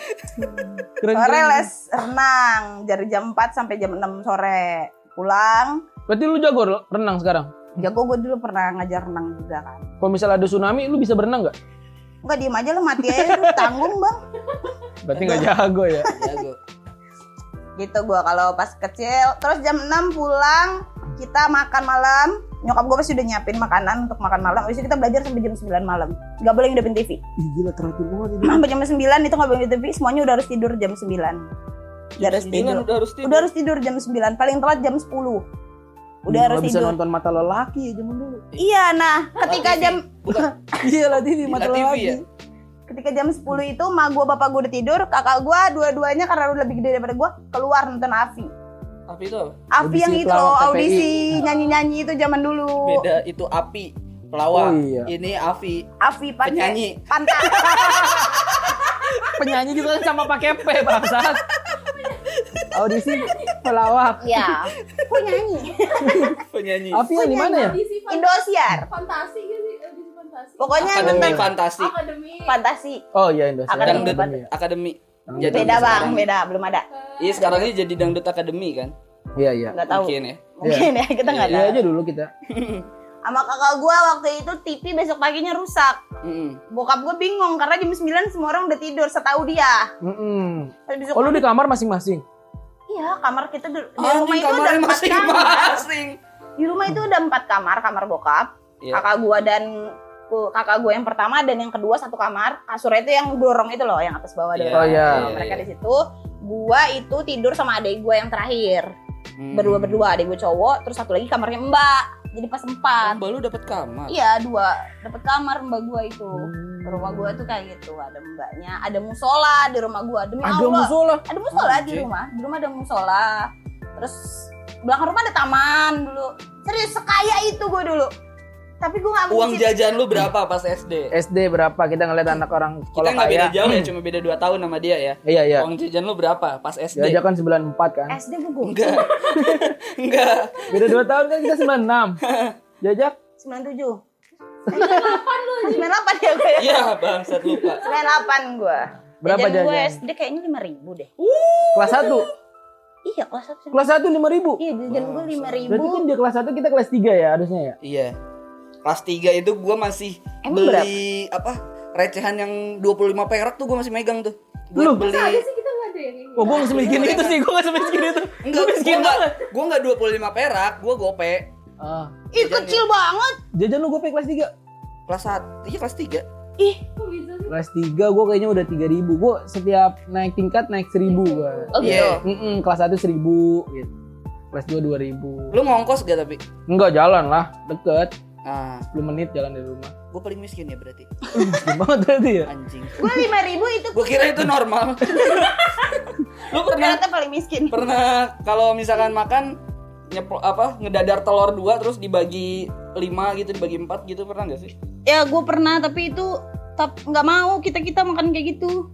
[SPEAKER 2] Keren,
[SPEAKER 3] *laughs* Sore
[SPEAKER 2] keren.
[SPEAKER 3] les renang dari jam 4 sampai jam 6 sore. Pulang,
[SPEAKER 2] Berarti lu jago re- renang sekarang?
[SPEAKER 3] jago gue dulu pernah ngajar renang juga kan.
[SPEAKER 2] Kalau misalnya ada tsunami, lu bisa berenang nggak?
[SPEAKER 3] Enggak diem aja lo mati aja lu tanggung bang.
[SPEAKER 2] Berarti nggak jago ya.
[SPEAKER 1] Jago.
[SPEAKER 3] Gitu gua kalau pas kecil. Terus jam 6 pulang kita makan malam. Nyokap gue pasti udah nyiapin makanan untuk makan malam. Abis itu kita belajar sampai jam 9 malam. Gak boleh ngidupin TV.
[SPEAKER 2] Ih, gila teratur banget ini.
[SPEAKER 3] *clears throat* Sampai jam 9 itu gak boleh ngidupin TV. Semuanya udah harus tidur jam 9. Udah
[SPEAKER 2] Iya,
[SPEAKER 3] harus
[SPEAKER 1] Sembilan
[SPEAKER 3] tidur.
[SPEAKER 1] kan udah harus tidur.
[SPEAKER 3] Udah harus tidur jam 9. Paling telat jam 10. Udah
[SPEAKER 2] Ih,
[SPEAKER 3] harus
[SPEAKER 2] nggak Iya, bisa
[SPEAKER 3] tidur.
[SPEAKER 2] nonton mata lelaki ya zaman dulu.
[SPEAKER 3] Iya, nah ketika
[SPEAKER 1] TV.
[SPEAKER 2] *laughs*
[SPEAKER 3] jam
[SPEAKER 1] Bukan.
[SPEAKER 2] Iya lah TV
[SPEAKER 1] Mata
[SPEAKER 2] mata
[SPEAKER 1] TV
[SPEAKER 2] lelaki.
[SPEAKER 1] ya?
[SPEAKER 3] ketika jam 10 itu ma gua bapak gua udah tidur, kakak gua dua-duanya karena udah lebih gede daripada gua keluar nonton Avi.
[SPEAKER 1] Api itu apa?
[SPEAKER 3] Avi
[SPEAKER 2] Audisi
[SPEAKER 3] yang itu loh,
[SPEAKER 2] pelawak KPI.
[SPEAKER 3] audisi nyanyi-nyanyi itu zaman dulu.
[SPEAKER 1] Beda itu api pelawak.
[SPEAKER 2] Oh, iya.
[SPEAKER 1] Ini
[SPEAKER 2] *laughs*
[SPEAKER 1] api
[SPEAKER 3] Avi pakai
[SPEAKER 1] penyanyi.
[SPEAKER 3] pantat.
[SPEAKER 2] Penyanyi juga kan sama pakai P bangsat. Audisi pelawak.
[SPEAKER 3] Iya. Kok nyanyi?
[SPEAKER 1] Penyanyi.
[SPEAKER 2] Api yang di mana ya?
[SPEAKER 4] Audisi fan-
[SPEAKER 3] Indosiar.
[SPEAKER 4] fantasi gitu sih, audisi fantasi.
[SPEAKER 3] Pokoknya
[SPEAKER 1] Akademi
[SPEAKER 3] bentar
[SPEAKER 1] fantasi.
[SPEAKER 4] akademi.
[SPEAKER 3] fantasi.
[SPEAKER 2] Oh iya Indonesia.
[SPEAKER 3] Akademi
[SPEAKER 1] Dangdut
[SPEAKER 3] Akademi
[SPEAKER 2] Akademi ya.
[SPEAKER 1] Akademi.
[SPEAKER 2] Dangdut.
[SPEAKER 1] Jadi
[SPEAKER 3] Beda
[SPEAKER 1] sekarang.
[SPEAKER 3] bang, beda belum ada.
[SPEAKER 1] Iya sekarang ini jadi dangdut akademi kan?
[SPEAKER 2] Iya iya.
[SPEAKER 3] Nggak tahu.
[SPEAKER 1] Mungkin ya.
[SPEAKER 3] Mungkin ya kita nggak
[SPEAKER 2] Iya
[SPEAKER 3] tahu.
[SPEAKER 2] aja dulu kita.
[SPEAKER 3] Sama kakak gua waktu itu TV besok paginya rusak.
[SPEAKER 1] Mm-mm.
[SPEAKER 3] Bokap gua bingung karena jam 9 semua orang udah tidur setahu dia.
[SPEAKER 2] Mm-mm.
[SPEAKER 3] Terus besok
[SPEAKER 2] Oh lu di kamar masing-masing.
[SPEAKER 3] Iya, kamar kita di, di
[SPEAKER 1] Anjing,
[SPEAKER 3] rumah itu ada
[SPEAKER 1] kamarnya
[SPEAKER 3] empat kamar.
[SPEAKER 1] masing-masing.
[SPEAKER 3] Di rumah itu ada empat kamar, kamar bokap,
[SPEAKER 1] Iya.
[SPEAKER 3] kakak gua dan ku- kakak gua yang pertama dan yang kedua satu kamar. Kasurnya itu yang dorong itu loh, yang atas bawah
[SPEAKER 1] Iya,
[SPEAKER 3] dorong.
[SPEAKER 2] Oh, iya.
[SPEAKER 3] Nah, mereka di situ. Gua itu tidur sama adik gua yang terakhir.
[SPEAKER 1] Hmm.
[SPEAKER 3] Berdua-berdua, adik gua cowok, terus satu lagi kamarnya Mbak. Jadi pas empat.
[SPEAKER 1] Mbak lu dapat kamar.
[SPEAKER 3] Iya, dua. Dapat kamar Mbak gua itu. Rumah gua tuh kayak gitu, ada mbaknya, ada musola di rumah gua. Demi
[SPEAKER 2] Ada
[SPEAKER 3] Allah
[SPEAKER 2] Ah, musola.
[SPEAKER 3] ada musola di
[SPEAKER 1] Anjing.
[SPEAKER 3] rumah di rumah ada musola terus belakang rumah ada taman dulu serius sekaya itu gue dulu tapi gue nggak
[SPEAKER 1] Uang
[SPEAKER 3] mungkin
[SPEAKER 1] jajan lu berapa pas SD?
[SPEAKER 2] SD berapa kita ngeliat anak orang
[SPEAKER 1] Kita
[SPEAKER 2] kalau
[SPEAKER 1] nggak beda
[SPEAKER 2] kaya.
[SPEAKER 1] jauh ya, cuma beda 2 tahun sama dia ya.
[SPEAKER 2] Iya iya.
[SPEAKER 1] Uang jajan lu berapa pas SD?
[SPEAKER 2] Jajak kan 94 kan.
[SPEAKER 3] SD gue gue
[SPEAKER 1] Enggak. *laughs* Enggak.
[SPEAKER 2] Beda 2 tahun kan kita
[SPEAKER 1] *laughs*
[SPEAKER 2] 96. Jajak
[SPEAKER 3] sembilan tujuh sembilan delapan ya gue
[SPEAKER 1] Iya, bangsat lupa.
[SPEAKER 3] sembilan delapan gue
[SPEAKER 2] berapa
[SPEAKER 3] jajan gue
[SPEAKER 2] jajan?
[SPEAKER 3] SD kayaknya lima ribu deh
[SPEAKER 2] Kelas 1.
[SPEAKER 3] iya kelas satu
[SPEAKER 2] Kelas 1 5000.
[SPEAKER 3] iya jajan gue lima
[SPEAKER 2] Berarti
[SPEAKER 3] ribu
[SPEAKER 2] kan dia kelas 1 kita kelas 3 ya harusnya ya.
[SPEAKER 1] Iya. Kelas 3 itu gua masih
[SPEAKER 3] Emang
[SPEAKER 1] beli apa? Recehan yang 25 perak tuh gua masih megang tuh. Gua
[SPEAKER 2] Lu?
[SPEAKER 1] beli
[SPEAKER 4] Ada sih kita nggak ada yang ini.
[SPEAKER 2] Oh, gue gak semiskin
[SPEAKER 3] Iya,
[SPEAKER 1] gitu
[SPEAKER 2] itu sih, gue gak semiskin itu.
[SPEAKER 1] Enggak, gua enggak, gua enggak 25 perak, gua gope.
[SPEAKER 2] *laughs* Ah,
[SPEAKER 3] ih kecil banget
[SPEAKER 2] jajan lu gue pengen kelas 3.
[SPEAKER 1] Kelas 1, iya kelas 3.
[SPEAKER 3] ih
[SPEAKER 4] Kok bisa sih?
[SPEAKER 2] Kelas 3 gue kayaknya udah 3000. Gue setiap naik tingkat naik 1000 gue.
[SPEAKER 3] oh gitu
[SPEAKER 1] Iya.
[SPEAKER 2] Mm kelas 1 1000 gitu. Kelas 2 2000.
[SPEAKER 3] gitu.
[SPEAKER 1] Lu ngongkos gak tapi?
[SPEAKER 2] Enggak jalan lah, deket.
[SPEAKER 1] Ah,
[SPEAKER 2] 10 menit jalan dari rumah. *laughs*
[SPEAKER 1] gua paling miskin ya berarti.
[SPEAKER 2] Miskin banget berarti ya.
[SPEAKER 1] Anjing.
[SPEAKER 3] gue lima ribu itu
[SPEAKER 1] Gua kira itu normal. *laughs* Lu pernah
[SPEAKER 3] ternyata paling miskin
[SPEAKER 1] pernah kalau misalkan makan nyeplo apa ngedadar telur dua terus dibagi lima gitu dibagi empat gitu pernah nggak sih
[SPEAKER 3] ya gue pernah tapi itu tap nggak mau kita kita makan kayak gitu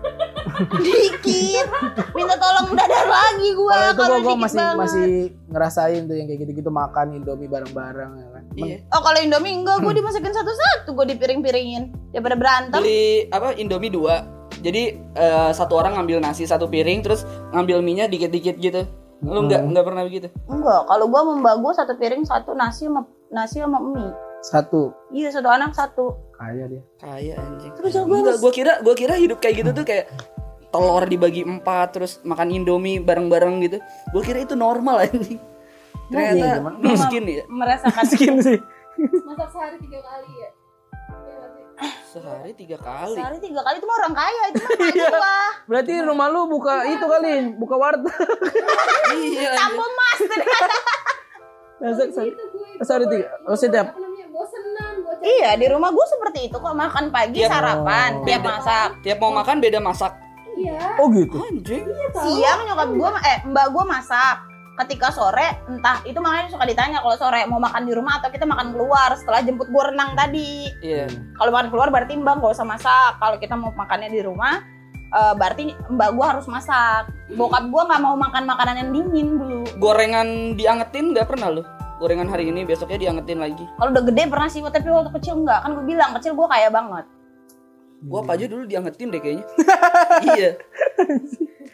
[SPEAKER 3] *laughs* dikit minta tolong dadar lagi gue
[SPEAKER 2] Kalau itu gue
[SPEAKER 3] kalau dikit
[SPEAKER 2] masih
[SPEAKER 3] banget
[SPEAKER 2] masih ngerasain tuh yang kayak gitu-gitu makan Indomie bareng-bareng ya kan.
[SPEAKER 1] iya
[SPEAKER 3] oh kalau indomie enggak gue dimasukin satu-satu gue dipiring-piringin daripada berantem
[SPEAKER 1] beli apa indomie dua jadi eh, satu orang ngambil nasi satu piring terus ngambil minyak dikit dikit gitu lu nggak nggak pernah begitu
[SPEAKER 3] enggak kalau gue mbak gue satu piring satu nasi sama nasi sama mie
[SPEAKER 2] Satu
[SPEAKER 3] iya satu anak satu
[SPEAKER 2] kaya dia.
[SPEAKER 1] kaya anjing
[SPEAKER 3] Terus aku
[SPEAKER 1] Enggak,
[SPEAKER 3] harus-
[SPEAKER 1] gua kira gua kira hidup kayak gitu tuh kayak telur dibagi empat terus makan indomie bareng bareng gitu gua kira itu normal anjing ternyata
[SPEAKER 2] gimana?
[SPEAKER 1] miskin ya
[SPEAKER 3] *laughs* merasakan
[SPEAKER 2] Miskin sih.
[SPEAKER 4] Masak sehari tiga kali ya. Iya nggak sih?
[SPEAKER 1] sehari tiga kali
[SPEAKER 3] sehari tiga kali itu mah orang kaya itu mah kaya tua
[SPEAKER 2] Berarti rumah lu buka itu kali, buka warteg. *laughs*
[SPEAKER 1] iya anjing.
[SPEAKER 3] tambah emas ternyata
[SPEAKER 2] Masak
[SPEAKER 4] Gitu
[SPEAKER 2] satu.
[SPEAKER 4] gue ikut
[SPEAKER 2] Nah, Sorry,
[SPEAKER 4] gue-
[SPEAKER 2] tiga.
[SPEAKER 4] gue-
[SPEAKER 2] Oh, setiap.
[SPEAKER 4] Apa namanya? Bosenan, gue cari
[SPEAKER 3] iya di rumah gue seperti itu kok makan pagi
[SPEAKER 1] Tiap-
[SPEAKER 3] sarapan tiap
[SPEAKER 1] Beda.
[SPEAKER 3] masak
[SPEAKER 1] tiap mau makan beda masak
[SPEAKER 4] Iya.
[SPEAKER 2] Oh gitu.
[SPEAKER 1] anjing
[SPEAKER 3] siang nyokap gue eh mbak gue masak ketika sore entah itu makanya suka ditanya kalau sore mau makan di rumah atau kita makan keluar setelah jemput gue renang tadi
[SPEAKER 1] iya
[SPEAKER 3] kalau makan keluar berarti mbak gak usah masak kalau kita mau makannya di rumah eh, berarti mbak gue harus masak bokap gue nggak mau makan makanan yang dingin dulu
[SPEAKER 1] gorengan diangetin nggak pernah lu gorengan hari ini besoknya diangetin lagi
[SPEAKER 3] kalau udah gede pernah sih tapi waktu kecil nggak kan gue bilang kecil gue kaya banget
[SPEAKER 1] gua apa aja dulu diangetin deh kayaknya iya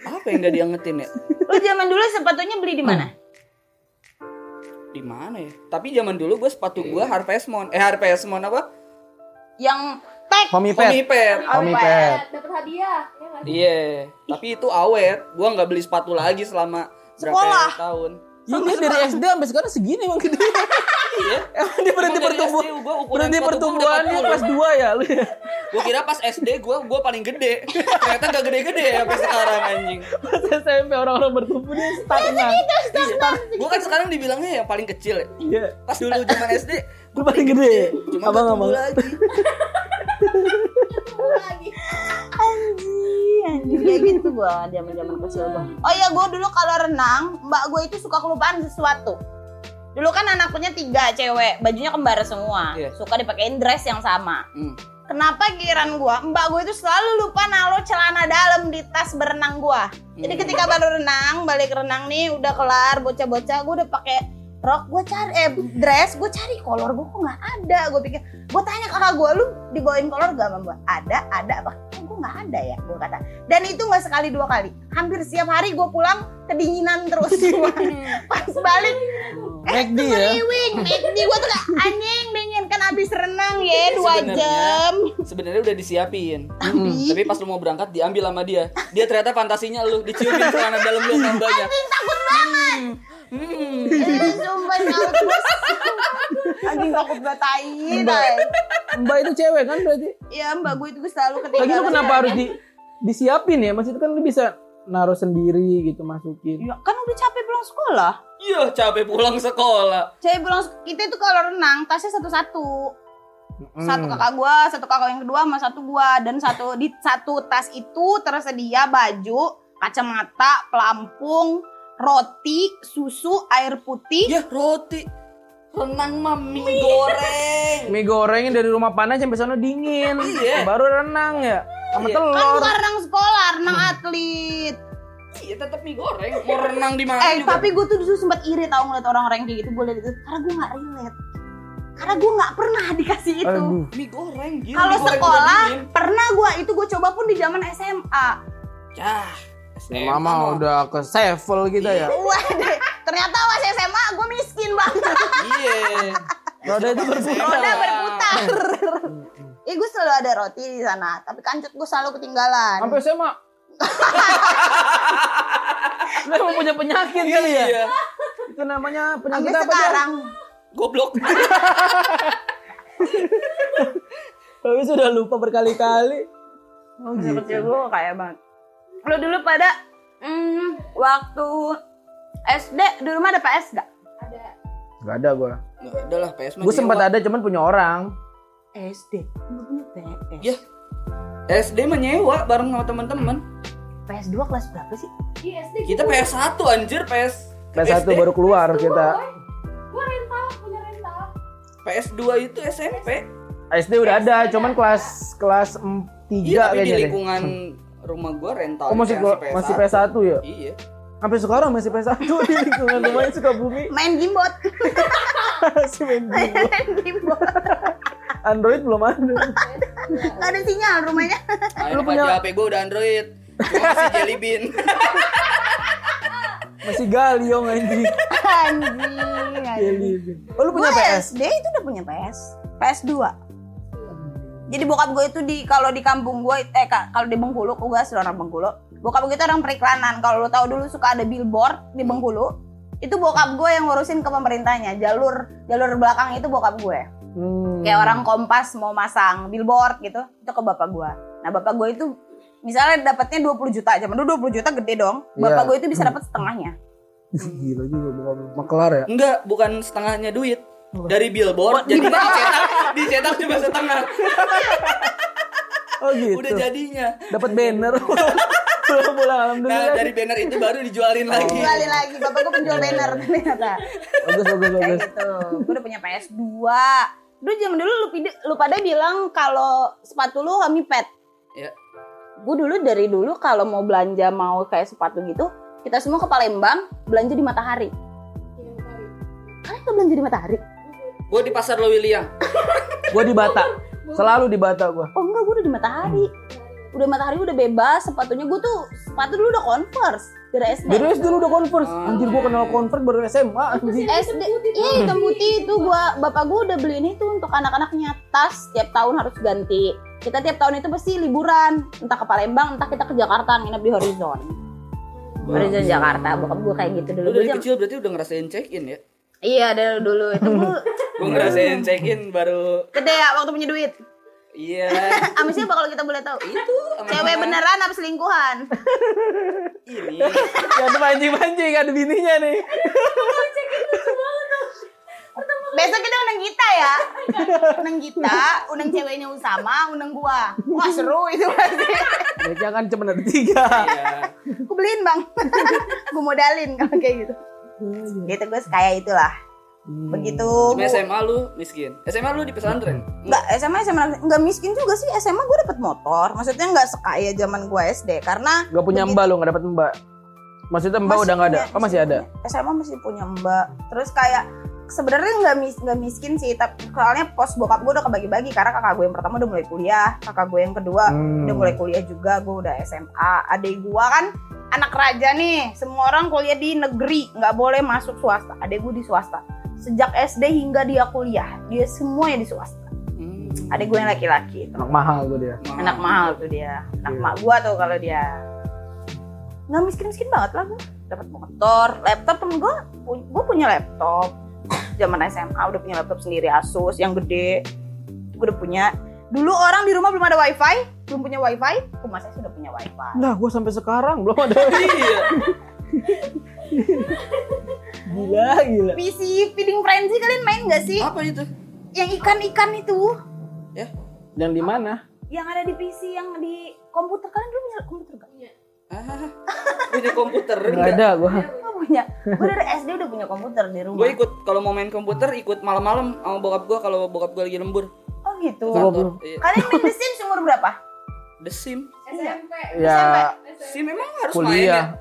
[SPEAKER 1] apa yang nggak diangetin ya
[SPEAKER 3] lu zaman dulu sepatunya beli di mana
[SPEAKER 1] di mana ya tapi zaman dulu gua sepatu gua Harvest Moon eh Harvest Moon apa
[SPEAKER 3] yang Tek.
[SPEAKER 2] Homipet.
[SPEAKER 1] Homipet.
[SPEAKER 2] Omnipet.
[SPEAKER 4] Dapat Iya. hadiah. Iya nggak sih?
[SPEAKER 1] Iya, tapi itu awet. Gua nggak beli sepatu lagi selama
[SPEAKER 3] Sekolah.
[SPEAKER 1] berapa tahun.
[SPEAKER 2] Ya, dia dari SD sampai sekarang segini emang
[SPEAKER 1] *laughs*
[SPEAKER 2] gede.
[SPEAKER 1] Iya.
[SPEAKER 2] Emang dia berhenti
[SPEAKER 1] Emang dari
[SPEAKER 2] pertumbuhan.
[SPEAKER 1] SD gua ukuran
[SPEAKER 2] Berhenti
[SPEAKER 1] sepatu gua
[SPEAKER 2] pertumbuhannya
[SPEAKER 1] udah
[SPEAKER 2] pas 2 ya lu. ya?
[SPEAKER 1] Gua kira pas SD gua gua paling gede. Ternyata gak gede-gede ya sampai sekarang anjing.
[SPEAKER 2] Pas SMP orang-orang bertumbuh dia stagnan.
[SPEAKER 1] Gua kan sekarang dibilangnya yang paling kecil. ya.
[SPEAKER 2] Iya.
[SPEAKER 1] Pas dulu zaman SD
[SPEAKER 2] Gue paling gede.
[SPEAKER 1] cuma
[SPEAKER 2] Abang
[SPEAKER 1] abang,
[SPEAKER 2] abang.
[SPEAKER 1] lagi.
[SPEAKER 2] Iya.
[SPEAKER 4] lagi.
[SPEAKER 3] Anjing, anjing kayak gitu gua zaman zaman kecil gua. Oh iya gua dulu kalau renang, mbak gua itu suka kelupaan sesuatu. Dulu kan anaknya tiga cewek, bajunya kembar semua,
[SPEAKER 1] Iya.
[SPEAKER 3] suka dipakein dress yang sama.
[SPEAKER 1] Hmm.
[SPEAKER 3] Kenapa kiran gua? Mbak gua itu selalu lupa nalo celana dalam di tas berenang gua. Jadi
[SPEAKER 1] Hmm.
[SPEAKER 3] ketika baru renang, balik renang nih udah kelar bocah-bocah gua udah pakai rok gua cari eh dress gua cari kolor gua kok nggak ada gua pikir gua tanya kakak gua lu dibawain kolor gak sama mbak ada ada apa kok gua nggak ada ya gua kata dan itu nggak sekali dua kali hampir setiap hari gua pulang kedinginan
[SPEAKER 2] *laughs*
[SPEAKER 3] terus pas balik
[SPEAKER 2] McD ya.
[SPEAKER 3] iwing ini gua tuh kayak anjing dingin kan abis renang
[SPEAKER 2] Iya,
[SPEAKER 3] ya dua
[SPEAKER 1] Sebenarnya-
[SPEAKER 3] jam
[SPEAKER 1] Sebenarnya udah disiapin.
[SPEAKER 2] Mm-mm.
[SPEAKER 3] Ih,
[SPEAKER 1] Tapi pas lu mau berangkat diambil sama dia. Dia ternyata fantasinya lu diciumin celana dalam lu sama banyak.
[SPEAKER 3] takut banget
[SPEAKER 1] Hmm.
[SPEAKER 3] Eh, sumpah nyaut terus anjing takut batain ay.
[SPEAKER 2] Mbak itu cewek kan berarti.
[SPEAKER 3] ya mbak gue itu gue selalu ketinggalan
[SPEAKER 2] Lagi lu kenapa harus di disiapin ya? Maksudnya kan lu bisa naruh sendiri gitu masukin.
[SPEAKER 3] Ya, kan udah capek pulang sekolah
[SPEAKER 1] Iya, capek pulang sekolah.
[SPEAKER 3] Cewek pulang sek- kita itu kalau renang tasnya satu-satu.
[SPEAKER 1] Hmm.
[SPEAKER 3] Satu kakak gua, satu kakak yang kedua sama satu gua dan satu di satu tas itu tersedia baju, kacamata, pelampung, roti, susu, air putih.
[SPEAKER 1] Ya, roti. Renang mah mie goreng.
[SPEAKER 2] Mie gorengnya dari rumah panas sampai sana dingin.
[SPEAKER 1] Iya.
[SPEAKER 2] Baru renang ya. Sama
[SPEAKER 1] Iya.
[SPEAKER 3] Kan
[SPEAKER 2] telur.
[SPEAKER 3] bukan renang sekolah, renang atlet.
[SPEAKER 1] Iya, tetap mie goreng. Mau renang di mana
[SPEAKER 3] Eh,
[SPEAKER 1] juga.
[SPEAKER 3] tapi gue tuh dulu sempat iri tau ngeliat orang-orang kayak gitu, gue liat itu karena gue nggak relate. Karena gue nggak pernah dikasih itu.
[SPEAKER 2] Aduh.
[SPEAKER 1] mie goreng gila.
[SPEAKER 3] Kalau
[SPEAKER 1] mie goreng
[SPEAKER 3] sekolah
[SPEAKER 1] udah dingin.
[SPEAKER 3] pernah gue itu gue coba pun di zaman SMA.
[SPEAKER 1] Yah. SMA mah.
[SPEAKER 2] Mama udah ke sevel kita ya.
[SPEAKER 3] Waduh, ternyata pas SMA gue miskin *laughs* banget.
[SPEAKER 1] Iya.
[SPEAKER 2] Roda itu berputar.
[SPEAKER 3] Roda berputar. hmm, Ih, gue selalu ada roti di sana, tapi kancut gue selalu ketinggalan.
[SPEAKER 2] Sampai SMA. Lu emang punya penyakit kali ya?
[SPEAKER 1] Iya.
[SPEAKER 2] Itu namanya
[SPEAKER 3] Sampai
[SPEAKER 2] penyakit apa
[SPEAKER 3] Nah, sekarang.
[SPEAKER 1] Goblok.
[SPEAKER 2] Tapi sudah lupa berkali-kali. Oh,
[SPEAKER 3] Kecil gue kaya banget. Lo dulu pada hmm, waktu SD di rumah ada PS gak?
[SPEAKER 4] Ada.
[SPEAKER 2] Gak ada gua.
[SPEAKER 1] Nggak ada lah PS mah.
[SPEAKER 2] Gua sempat
[SPEAKER 1] nyewa.
[SPEAKER 2] ada cuman punya orang.
[SPEAKER 3] SD. PS.
[SPEAKER 1] Ya. SD menyewa bareng sama teman-teman.
[SPEAKER 3] PS2 kelas berapa sih?
[SPEAKER 4] Di SD
[SPEAKER 1] Kita PS1 anjir, PS.
[SPEAKER 2] PS1
[SPEAKER 1] SD.
[SPEAKER 2] baru keluar kita.
[SPEAKER 4] Gue rental, punya rental.
[SPEAKER 1] PS2 itu SMP.
[SPEAKER 2] SD udah ada, cuman kelas kelas 3
[SPEAKER 1] Iya, tapi di
[SPEAKER 2] kayaknya deh.
[SPEAKER 1] lingkungan rumah gua rental.
[SPEAKER 2] Oh, masih gua- masih PS1 ya?
[SPEAKER 1] Iya.
[SPEAKER 2] Sampai sekarang masih PS1 di lingkungan rumahnya Sukabumi.
[SPEAKER 1] *laughs*
[SPEAKER 3] Main gimbot.
[SPEAKER 2] Masih main game.
[SPEAKER 3] *laughs* Main gimbot.
[SPEAKER 2] Android belum ada.
[SPEAKER 3] Gak ada sinyal rumahnya.
[SPEAKER 1] Ayo
[SPEAKER 2] Lu
[SPEAKER 1] punya...
[SPEAKER 2] punya-
[SPEAKER 1] HP gua udah Android. Cuma masih Jelly Bean. *laughs*
[SPEAKER 2] Masih galiong
[SPEAKER 1] Iya,
[SPEAKER 2] anjing.
[SPEAKER 3] *laughs* Anjing. anjing.
[SPEAKER 2] Oh, lu punya
[SPEAKER 3] Gua
[SPEAKER 2] PS?
[SPEAKER 3] SD itu udah punya PS. PS2. Jadi bokap gue itu di kalau di kampung gue eh ka- kalau di Bengkulu, gue asli orang Bengkulu. Bokap gue itu orang periklanan. Kalau lo tahu dulu suka ada billboard di Bengkulu. Itu bokap gue yang ngurusin ke pemerintahnya. Jalur jalur belakang itu bokap gue.
[SPEAKER 2] Hmm. *laughs*
[SPEAKER 3] Kayak orang kompas mau masang billboard gitu, itu ke bapak gue. Nah, bapak gue itu misalnya dapatnya 20 juta aja. Dulu 20 juta gede dong.
[SPEAKER 2] Iya.
[SPEAKER 3] Bapak gue itu bisa dapat setengahnya.
[SPEAKER 2] Ih, Gila juga bukan maklar ya.
[SPEAKER 1] Enggak, bukan setengahnya duit. Dari billboard jadi dicetak, dicetak cuma setengah.
[SPEAKER 2] Oh gitu.
[SPEAKER 1] Udah jadinya.
[SPEAKER 2] Dapat banner.
[SPEAKER 1] *laughs*
[SPEAKER 2] Pulang-pulang alhamdulillah. Oh.
[SPEAKER 1] Nah, dari banner itu baru dijualin lagi.
[SPEAKER 3] Kembali lagi, bapak gue penjual banner ternyata.
[SPEAKER 2] Bagus bagus bagus.
[SPEAKER 3] kayak gitu. Gue udah punya PS2. Dulu zaman dulu lu, pide- lu pada bilang kalau sepatu lu homipet.
[SPEAKER 1] Iya.
[SPEAKER 3] Gue dulu dari dulu kalau mau belanja mau kayak sepatu gitu, kita semua ke Palembang belanja di Matahari.
[SPEAKER 4] Iya, bentar.
[SPEAKER 3] Kalian nggak belanja di Matahari?
[SPEAKER 1] Gua di pasar Lewiliang.
[SPEAKER 2] Gua di Bata. Selalu di Bata gua.
[SPEAKER 3] Oh enggak, gue udah di Matahari. Udah Matahari udah bebas, sepatunya gue tuh sepatu dulu udah Converse dari SD.
[SPEAKER 2] Dari SD lu udah convert.
[SPEAKER 1] Ah.
[SPEAKER 2] Anjir gua kenal convert baru SMA
[SPEAKER 1] *laughs*
[SPEAKER 2] anjir.
[SPEAKER 3] SD, iya hitam putih itu gua bapak gua udah beliin itu untuk anak-anaknya tas tiap tahun harus ganti. Kita tiap tahun itu pasti liburan, entah ke Palembang, entah kita ke Jakarta nginep di Horizon. Horizon Jakarta, bokap gue kayak gitu dulu.
[SPEAKER 1] Lu dari
[SPEAKER 3] Gua jam-
[SPEAKER 1] kecil berarti udah ngerasain check in ya?
[SPEAKER 3] Iya, dari dulu itu gue
[SPEAKER 1] Gue ngerasain check in baru
[SPEAKER 3] gede ya waktu punya duit. *laughs*
[SPEAKER 2] *laughs*
[SPEAKER 1] iya.
[SPEAKER 3] Sama siapa kalau kita boleh tahu?
[SPEAKER 1] itu sama
[SPEAKER 3] Cewek
[SPEAKER 1] teman
[SPEAKER 3] beneran apa selingkuhan?
[SPEAKER 1] ini. iya.
[SPEAKER 2] Waktu mancing-mancing Ya, ada bininya nih.
[SPEAKER 3] Besok kita undang kita ya. Undang kita, undang ceweknya Usama, undang gua. Wah, seru itu pasti.
[SPEAKER 2] Mereka kan cuma ada tiga.
[SPEAKER 1] Iya.
[SPEAKER 3] Gue beliin, Bang. *laughs* Gue modalin kalau kayak gitu. Gitu gue kayak itulah.
[SPEAKER 2] Hmm,
[SPEAKER 3] Begitu.
[SPEAKER 1] Cuma SMA lu miskin. SMA lu di pesantren.
[SPEAKER 3] Enggak, SMA SMA enggak miskin juga sih. SMA gue dapet motor. Maksudnya enggak sekaya zaman gue SD karena
[SPEAKER 2] Gak punya
[SPEAKER 3] Begitu.
[SPEAKER 2] mbak lo, gak dapet mbak. Maksudnya mbak
[SPEAKER 3] masih
[SPEAKER 2] udah gak ada?
[SPEAKER 3] punya-
[SPEAKER 2] Oh masih ada?
[SPEAKER 3] punya- SMA masih punya Mbak. Terus kayak sebenarnya nggak mis nggak miskin sih tapi soalnya pos bokap gue udah kebagi-bagi karena kakak gue yang pertama udah mulai kuliah kakak gue yang kedua
[SPEAKER 2] Hmm.
[SPEAKER 3] udah mulai kuliah juga gue udah SMA adik gua kan anak raja nih semua orang kuliah di negeri nggak boleh masuk swasta adik gue di swasta sejak SD hingga dia kuliah dia semuanya di swasta
[SPEAKER 1] Hmm.
[SPEAKER 3] adik gue yang laki-laki itu
[SPEAKER 2] Anak mahal tuh dia.
[SPEAKER 1] Mahal.
[SPEAKER 3] anak mahal tuh dia anak
[SPEAKER 2] Iya.
[SPEAKER 3] mak gua tuh kalau dia nggak miskin miskin banget lah gue dapat motor laptop temen gue gue punya laptop zaman SMA udah punya laptop sendiri Asus yang gede gue udah punya dulu orang di rumah belum ada wifi belum punya wifi rumah saya sudah punya wifi
[SPEAKER 2] Nah gue sampai sekarang belum *laughs* ada.
[SPEAKER 1] Iya.
[SPEAKER 2] gila, gila.
[SPEAKER 3] PC feeding frenzy kalian main nggak sih
[SPEAKER 1] Apa itu?
[SPEAKER 3] yang ikan-ikan itu
[SPEAKER 2] Yang di mana?
[SPEAKER 3] yang ada di PC yang di komputer kalian dulu punya komputer gak?
[SPEAKER 1] Ah, punya komputer
[SPEAKER 2] Gak
[SPEAKER 1] enggak?
[SPEAKER 2] ada gue.
[SPEAKER 3] Gak punya gue dari SD udah punya komputer di rumah
[SPEAKER 1] Gue ikut kalau mau main komputer ikut malam-malam sama bokap gue kalau bokap gue lagi lembur.
[SPEAKER 3] oh gitu
[SPEAKER 2] Gua belum.
[SPEAKER 1] Iya.
[SPEAKER 3] kalian main The Sims umur berapa?
[SPEAKER 1] The Sim.
[SPEAKER 4] SMP.
[SPEAKER 2] Ya
[SPEAKER 1] Sim memang harus main
[SPEAKER 2] kuliah. *laughs*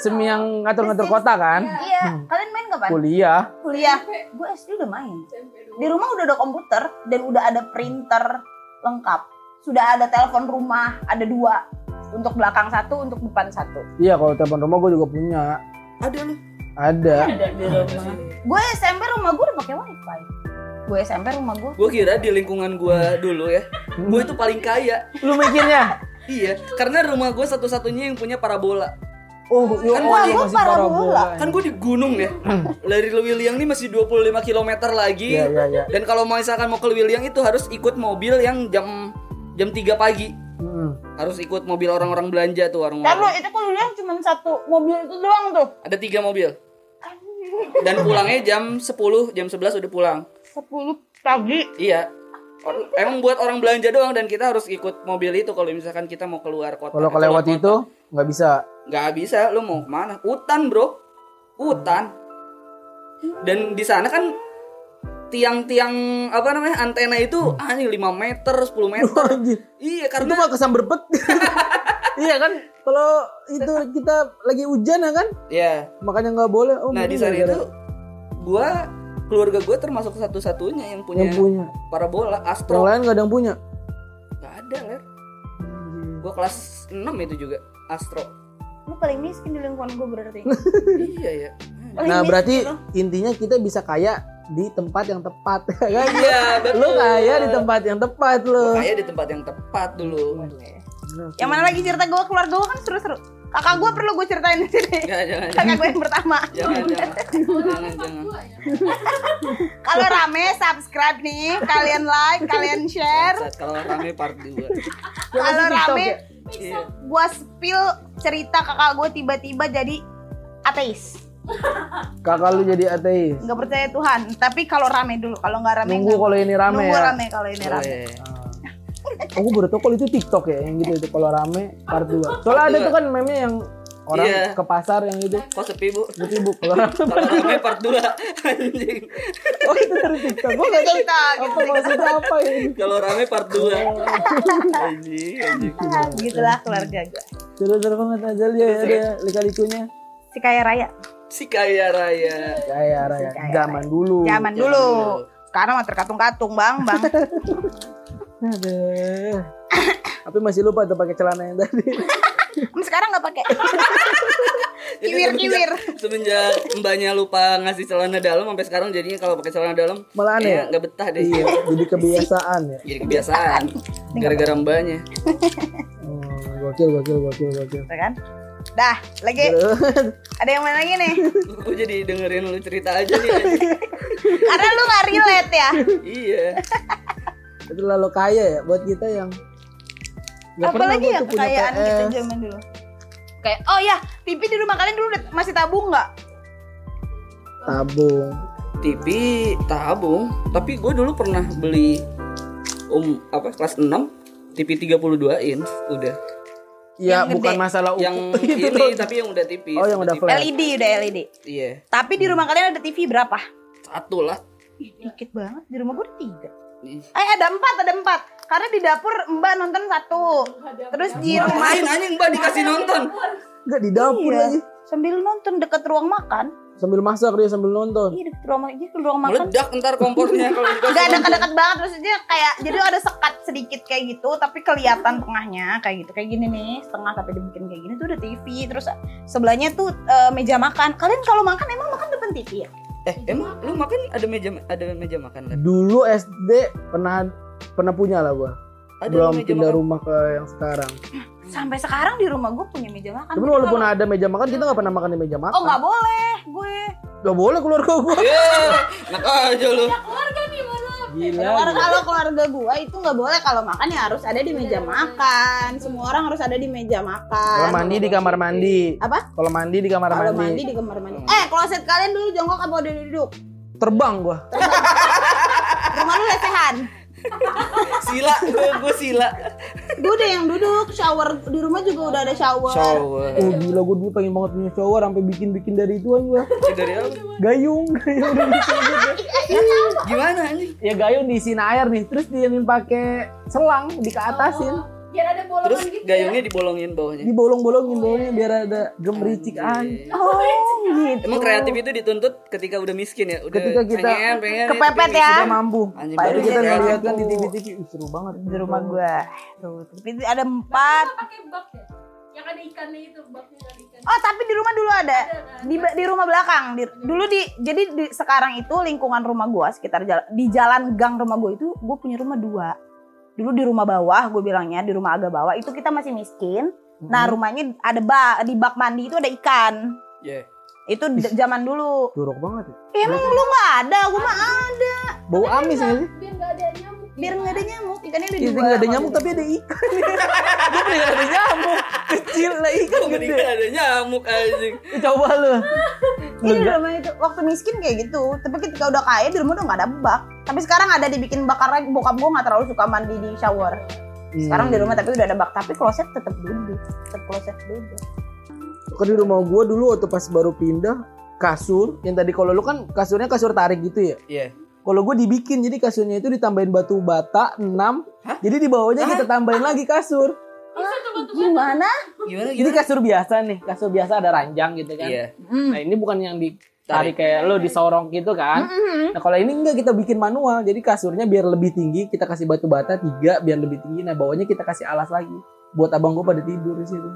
[SPEAKER 2] Semi yang ngatur-ngatur kota kan?
[SPEAKER 3] Iya, kalian main kapan?
[SPEAKER 2] Kuliah.
[SPEAKER 3] Kuliah. Gue SD udah main. Di rumah udah ada komputer dan udah ada printer lengkap. Sudah ada telepon rumah, ada dua. Untuk belakang satu, untuk depan satu.
[SPEAKER 2] Iya kalau telepon rumah gue juga punya.
[SPEAKER 1] ya. Ada lu.
[SPEAKER 2] Ada.
[SPEAKER 3] Gue SMP rumah gue udah pakai wifi. Gue SMP rumah gue.
[SPEAKER 1] Gue kira di lingkungan gue dulu ya. Gue itu paling kaya.
[SPEAKER 2] Lu mikirnya?
[SPEAKER 1] Iya, karena rumah gue satu-satunya yang punya parabola.
[SPEAKER 2] Oh, ya
[SPEAKER 1] Kan
[SPEAKER 2] Allah,
[SPEAKER 1] gua
[SPEAKER 2] masih parabola.
[SPEAKER 1] Kan gue di gunung ya. Dari Lewiliang ini masih 25 km lagi.
[SPEAKER 2] Iya, iya, iya.
[SPEAKER 1] Dan kalau misalkan mau ke Lewiliang itu harus ikut mobil yang jam jam 3 pagi.
[SPEAKER 2] Mm.
[SPEAKER 1] Harus ikut mobil orang-orang belanja tuh
[SPEAKER 3] Ntar lu
[SPEAKER 2] Kan
[SPEAKER 1] warung-warung.
[SPEAKER 3] itu kuliah cuma satu mobil itu doang tuh.
[SPEAKER 1] Ada tiga mobil. Dan pulangnya jam 10, jam 11 udah pulang.
[SPEAKER 3] Sepuluh pagi.
[SPEAKER 1] Iya. Or- Emang buat orang belanja doang dan kita harus ikut mobil itu kalau misalkan kita mau keluar kota.
[SPEAKER 2] Kalau kelewat itu nggak *laughs* bisa.
[SPEAKER 1] nggak bisa lu mau kemana hutan bro hutan dan di sana kan tiang-tiang apa namanya antena itu anjing 5 meter 10 meter
[SPEAKER 2] *laughs* Anjir.
[SPEAKER 1] iya
[SPEAKER 2] Oh, Itu
[SPEAKER 1] karena
[SPEAKER 2] mah kesambar pet. *laughs* iya kan? Kalau itu kita lagi hujan ya kan?
[SPEAKER 1] ya
[SPEAKER 2] Makanya nggak boleh. Oh,
[SPEAKER 1] nah
[SPEAKER 2] mungkin
[SPEAKER 1] di sana
[SPEAKER 2] gara-gara
[SPEAKER 1] itu gua keluarga gue termasuk satu-satunya yang punya
[SPEAKER 2] yang punya.
[SPEAKER 1] parabola
[SPEAKER 2] Yang
[SPEAKER 1] astro
[SPEAKER 2] lain nggak ada yang punya.
[SPEAKER 1] nggak ada ler gue kelas 6 itu juga
[SPEAKER 2] *laughs*
[SPEAKER 1] astro
[SPEAKER 3] Lu paling miskin di lingkungan gue berarti.
[SPEAKER 1] iya ya
[SPEAKER 3] Paling
[SPEAKER 2] Nah
[SPEAKER 3] miskin
[SPEAKER 2] berarti
[SPEAKER 3] lu.
[SPEAKER 2] intinya kita bisa kaya di tempat yang tepat *laughs* kan?
[SPEAKER 1] iya betul
[SPEAKER 2] Lo kaya ya di tempat yang tepat lo.
[SPEAKER 1] Gua kaya di tempat yang tepat dulu
[SPEAKER 3] Yang mana lagi cerita gue keluar gue kan seru-seru. Kakak gue perlu gue ceritain di sini.
[SPEAKER 1] Jangan, jangan,
[SPEAKER 3] Kakak gue yang pertama.
[SPEAKER 1] jangan jangan jangan jangan
[SPEAKER 4] ya.
[SPEAKER 3] Kalau rame subscribe nih, kalian like, kalian share.
[SPEAKER 1] Bangsat, kalau rame part 2
[SPEAKER 3] Kalau rame,
[SPEAKER 1] iya.
[SPEAKER 3] gue spill cerita kakak gue tiba-tiba jadi ateis,
[SPEAKER 2] Kakak lu jadi ateis.
[SPEAKER 3] nggak percaya Tuhan. Tapi kalau rame dulu, kalau nggak rame
[SPEAKER 2] Nunggu
[SPEAKER 3] nggak.
[SPEAKER 2] kalau ini rame
[SPEAKER 3] nunggu
[SPEAKER 2] ya.
[SPEAKER 3] rame kalau ini rame.
[SPEAKER 1] Boleh.
[SPEAKER 2] Aku baru tau kalau itu TikTok ya yang gitu itu kalau rame part 2. Soalnya ada tuh kan meme yang orang
[SPEAKER 1] Iya.
[SPEAKER 2] ke pasar yang itu
[SPEAKER 1] kok sepi bu
[SPEAKER 2] ibu kalau rame.
[SPEAKER 1] kalau rame part 2 anjing
[SPEAKER 2] Oh itu dari TikTok. Gua nggak tahu
[SPEAKER 3] Cerita gitu,
[SPEAKER 2] apa maksudnya apa ya.
[SPEAKER 1] kalau rame part 2 anjing anjing
[SPEAKER 2] gitu.
[SPEAKER 3] gitulah keluarga gue.
[SPEAKER 2] Seru-seru banget aja dia ya dia lika-likunya. Ya,
[SPEAKER 3] Si kaya raya,
[SPEAKER 1] si kaya raya
[SPEAKER 2] Kaya
[SPEAKER 3] ya,
[SPEAKER 2] raya zaman dulu.
[SPEAKER 3] zaman dulu. Sekarang mah terkatung-katung bang, bang.
[SPEAKER 2] Aduh. Tapi masih lupa tuh pakai celana yang tadi.
[SPEAKER 3] Sampai sekarang nggak pakai.
[SPEAKER 1] Jadi
[SPEAKER 3] kiwir kiwir.
[SPEAKER 1] semenjak- Semenjak mbaknya lupa ngasih celana dalam sampai sekarang jadinya kalau pakai celana dalam
[SPEAKER 2] Malah aneh ya?
[SPEAKER 1] kayak nggak betah deh.
[SPEAKER 2] Iya, jadi kebiasaan ya.
[SPEAKER 1] Jadi kebiasaan gara-gara mbaknya.
[SPEAKER 2] Oh, gokil, gokil, gokil, gokil.
[SPEAKER 3] Tuh kan? Dah, lagi ada yang main lagi nih.
[SPEAKER 1] Gue jadi dengerin lu cerita aja nih.
[SPEAKER 2] *laughs*
[SPEAKER 1] anjing.
[SPEAKER 3] Karena lu nggak relate ya.
[SPEAKER 1] iya.
[SPEAKER 2] Itu lalu kaya ya buat kita yang nggak pernah
[SPEAKER 3] Apalagi
[SPEAKER 2] gua
[SPEAKER 3] ya
[SPEAKER 2] tuh punya
[SPEAKER 3] kekayaan
[SPEAKER 2] PS.
[SPEAKER 3] kita zaman dulu. Kayak oh ya, TV di rumah kalian dulu udah- masih tabung nggak?
[SPEAKER 2] Tabung.
[SPEAKER 1] TV tabung, tapi gue dulu pernah beli um apa kelas 6 TV 32 inch udah.
[SPEAKER 2] Ya
[SPEAKER 3] Yang
[SPEAKER 2] bukan
[SPEAKER 3] gede.
[SPEAKER 2] masalah
[SPEAKER 1] Yang
[SPEAKER 2] ukuran
[SPEAKER 1] ini
[SPEAKER 2] *laughs* itu tuh.
[SPEAKER 1] tapi yang udah tipis.
[SPEAKER 2] Oh, yang udah
[SPEAKER 1] tipis.
[SPEAKER 2] flat.
[SPEAKER 3] LED E udah LED.
[SPEAKER 1] Iya.
[SPEAKER 3] Tapi di rumah kalian ada TV berapa?
[SPEAKER 1] Satu lah.
[SPEAKER 3] Ih, dikit banget. Di rumah gue ada tiga.
[SPEAKER 1] Ih.
[SPEAKER 3] Eh ada empat, ada empat. Karena di dapur Mbak nonton satu. Terus di
[SPEAKER 2] Iya.
[SPEAKER 3] rumah
[SPEAKER 1] Main anjing mbak dikasih nonton.
[SPEAKER 2] Enggak di dapur
[SPEAKER 3] Iya.
[SPEAKER 2] lagi.
[SPEAKER 3] sambil nonton dekat ruang makan.
[SPEAKER 2] Sambil masak dia sambil nonton.
[SPEAKER 3] Iya dekat ruang makan. Jadi ke ruang makan
[SPEAKER 1] Meledak ntar kompornya kalau
[SPEAKER 2] *laughs*
[SPEAKER 1] dikasih
[SPEAKER 3] Gak
[SPEAKER 1] nonton.
[SPEAKER 3] dekat-dekat banget maksudnya kayak jadi ada sekat sedikit kayak gitu tapi kelihatan tengahnya kayak gitu kayak gini nih setengah tapi dibikin kayak gini tuh ada TV terus sebelahnya tuh eh, meja makan kalian kalau makan emang makan depan TV ya
[SPEAKER 1] Eh, emang lu makan ada meja ada meja makan kan?
[SPEAKER 2] Nah, Dulu SD pernah pernah punya lah gua.
[SPEAKER 1] Ada
[SPEAKER 2] Belum
[SPEAKER 1] Oh, meja
[SPEAKER 2] pindah
[SPEAKER 1] makan.
[SPEAKER 2] rumah ke yang sekarang.
[SPEAKER 3] sampai sekarang di rumah gue punya meja makan
[SPEAKER 2] Tapi
[SPEAKER 3] Jadi
[SPEAKER 2] walaupun
[SPEAKER 3] Ah, kalau-
[SPEAKER 2] ada meja makan kita nggak pernah makan di meja makan.
[SPEAKER 3] oh nggak boleh gue
[SPEAKER 2] Gak boleh keluar ke gua.
[SPEAKER 1] Yeay, enak aja lu.
[SPEAKER 2] Iya,
[SPEAKER 3] Keluar- kalau keluarga gue itu nggak boleh kalau makan ya harus ada di meja makan semua orang harus ada di meja makan
[SPEAKER 2] Kalau mandi di kamar mandi.
[SPEAKER 3] Apa?
[SPEAKER 2] Kalau mandi di kamar
[SPEAKER 3] kalau
[SPEAKER 2] mandi. Hmm.
[SPEAKER 3] mandi di kamar mandi eh kloset kalian dulu jongkok apa udah duduk
[SPEAKER 2] Terbang gua.
[SPEAKER 3] rumah lu lesehan
[SPEAKER 1] Sila, gue sila.
[SPEAKER 3] gue udah yang duduk shower di rumah juga udah ada shower
[SPEAKER 1] Shower.
[SPEAKER 2] Oh gila gua dulu pengen banget punya shower sampai bikin-bikin dari itu aja gua.
[SPEAKER 1] Dari apa?
[SPEAKER 2] Gayung, *laughs* gayung udah bikin gitu.
[SPEAKER 1] Gimana anjing?
[SPEAKER 2] Ya gayung diisiin air nih, terus diamin pakai selang di ke atasin,
[SPEAKER 4] Biar ada bolongan
[SPEAKER 1] Terus
[SPEAKER 4] gitu
[SPEAKER 1] gayungnya dibolongin bawahnya.
[SPEAKER 2] dibolong-bolongin bawahnya biar ada gemericik an.
[SPEAKER 3] oh gitu
[SPEAKER 1] Emang kreatif itu dituntut ketika udah miskin ya, udah
[SPEAKER 2] Ketika kita
[SPEAKER 1] pengen, pengen,
[SPEAKER 3] kepepet
[SPEAKER 1] pengen.
[SPEAKER 3] ya.
[SPEAKER 2] Kita mampu.
[SPEAKER 1] Anjing,
[SPEAKER 2] Baru
[SPEAKER 1] baru
[SPEAKER 2] kita
[SPEAKER 1] kreatif.
[SPEAKER 2] ngeliat kan di TV-TV, "Ih, seru banget
[SPEAKER 3] di rumah gue tuh tapi ada empat
[SPEAKER 4] Kan pakai bak ya yang ada ikannya itu baknya nggak ada ikan
[SPEAKER 3] oh tapi di rumah dulu ada di di rumah belakang Di- dulu di jadi di, sekarang itu lingkungan rumah gue sekitar jalan, di jalan gang rumah gue itu gue punya rumah dua dulu di rumah bawah gue bilangnya di rumah agak bawah itu kita masih miskin nah rumahnya ada bak di bak mandi itu ada ikan
[SPEAKER 1] Iya.
[SPEAKER 3] itu d- zaman dulu
[SPEAKER 2] Jorok banget ya.
[SPEAKER 3] Eh, emang lu nggak ada gue mah ada
[SPEAKER 2] Bau amis ya sih?
[SPEAKER 4] biar nggak ada nyamuk
[SPEAKER 3] biar nggak ada nyamuk ikannya udah
[SPEAKER 2] Itu
[SPEAKER 3] dua
[SPEAKER 2] nggak ada
[SPEAKER 3] sama
[SPEAKER 2] nyamuk
[SPEAKER 3] gua.
[SPEAKER 2] tapi ada ikan. *laughs* Gue beli ada nyamuk kecil lah ikan
[SPEAKER 1] Kok
[SPEAKER 2] gede.
[SPEAKER 1] mendingan ada nyamuk anjing.
[SPEAKER 2] Coba lu.
[SPEAKER 3] Iya di rumah itu waktu miskin kayak gitu. Tapi ketika udah kaya di rumah udah nggak ada bak. Tapi sekarang ada dibikin bakar lagi. Bokap gue nggak terlalu suka mandi di shower. Sekarang di rumah tapi udah ada bak. Tapi kloset tetap duduk. Tetap kloset duduk.
[SPEAKER 2] Kan di rumah gue dulu waktu pas baru pindah kasur yang tadi kalau lu kan kasurnya kasur tarik gitu ya.
[SPEAKER 1] Iya.
[SPEAKER 2] Kalau gue dibikin jadi kasurnya itu ditambahin batu bata 6. Jadi di bawahnya kita tambahin lagi kasur.
[SPEAKER 3] Gimana?
[SPEAKER 1] Gimana
[SPEAKER 2] Jadi
[SPEAKER 1] gimana?
[SPEAKER 2] kasur biasa nih, kasur biasa ada ranjang gitu kan.
[SPEAKER 1] Iya.
[SPEAKER 2] Nah, ini bukan yang ditarik kayak lo disorong gitu kan.
[SPEAKER 3] Hmm,
[SPEAKER 2] Nah, kalau ini enggak kita bikin manual. Jadi kasurnya biar lebih tinggi, kita kasih batu bata tiga biar lebih tinggi. Nah, bawahnya kita kasih alas lagi. Buat abang gue pada tidur di situ.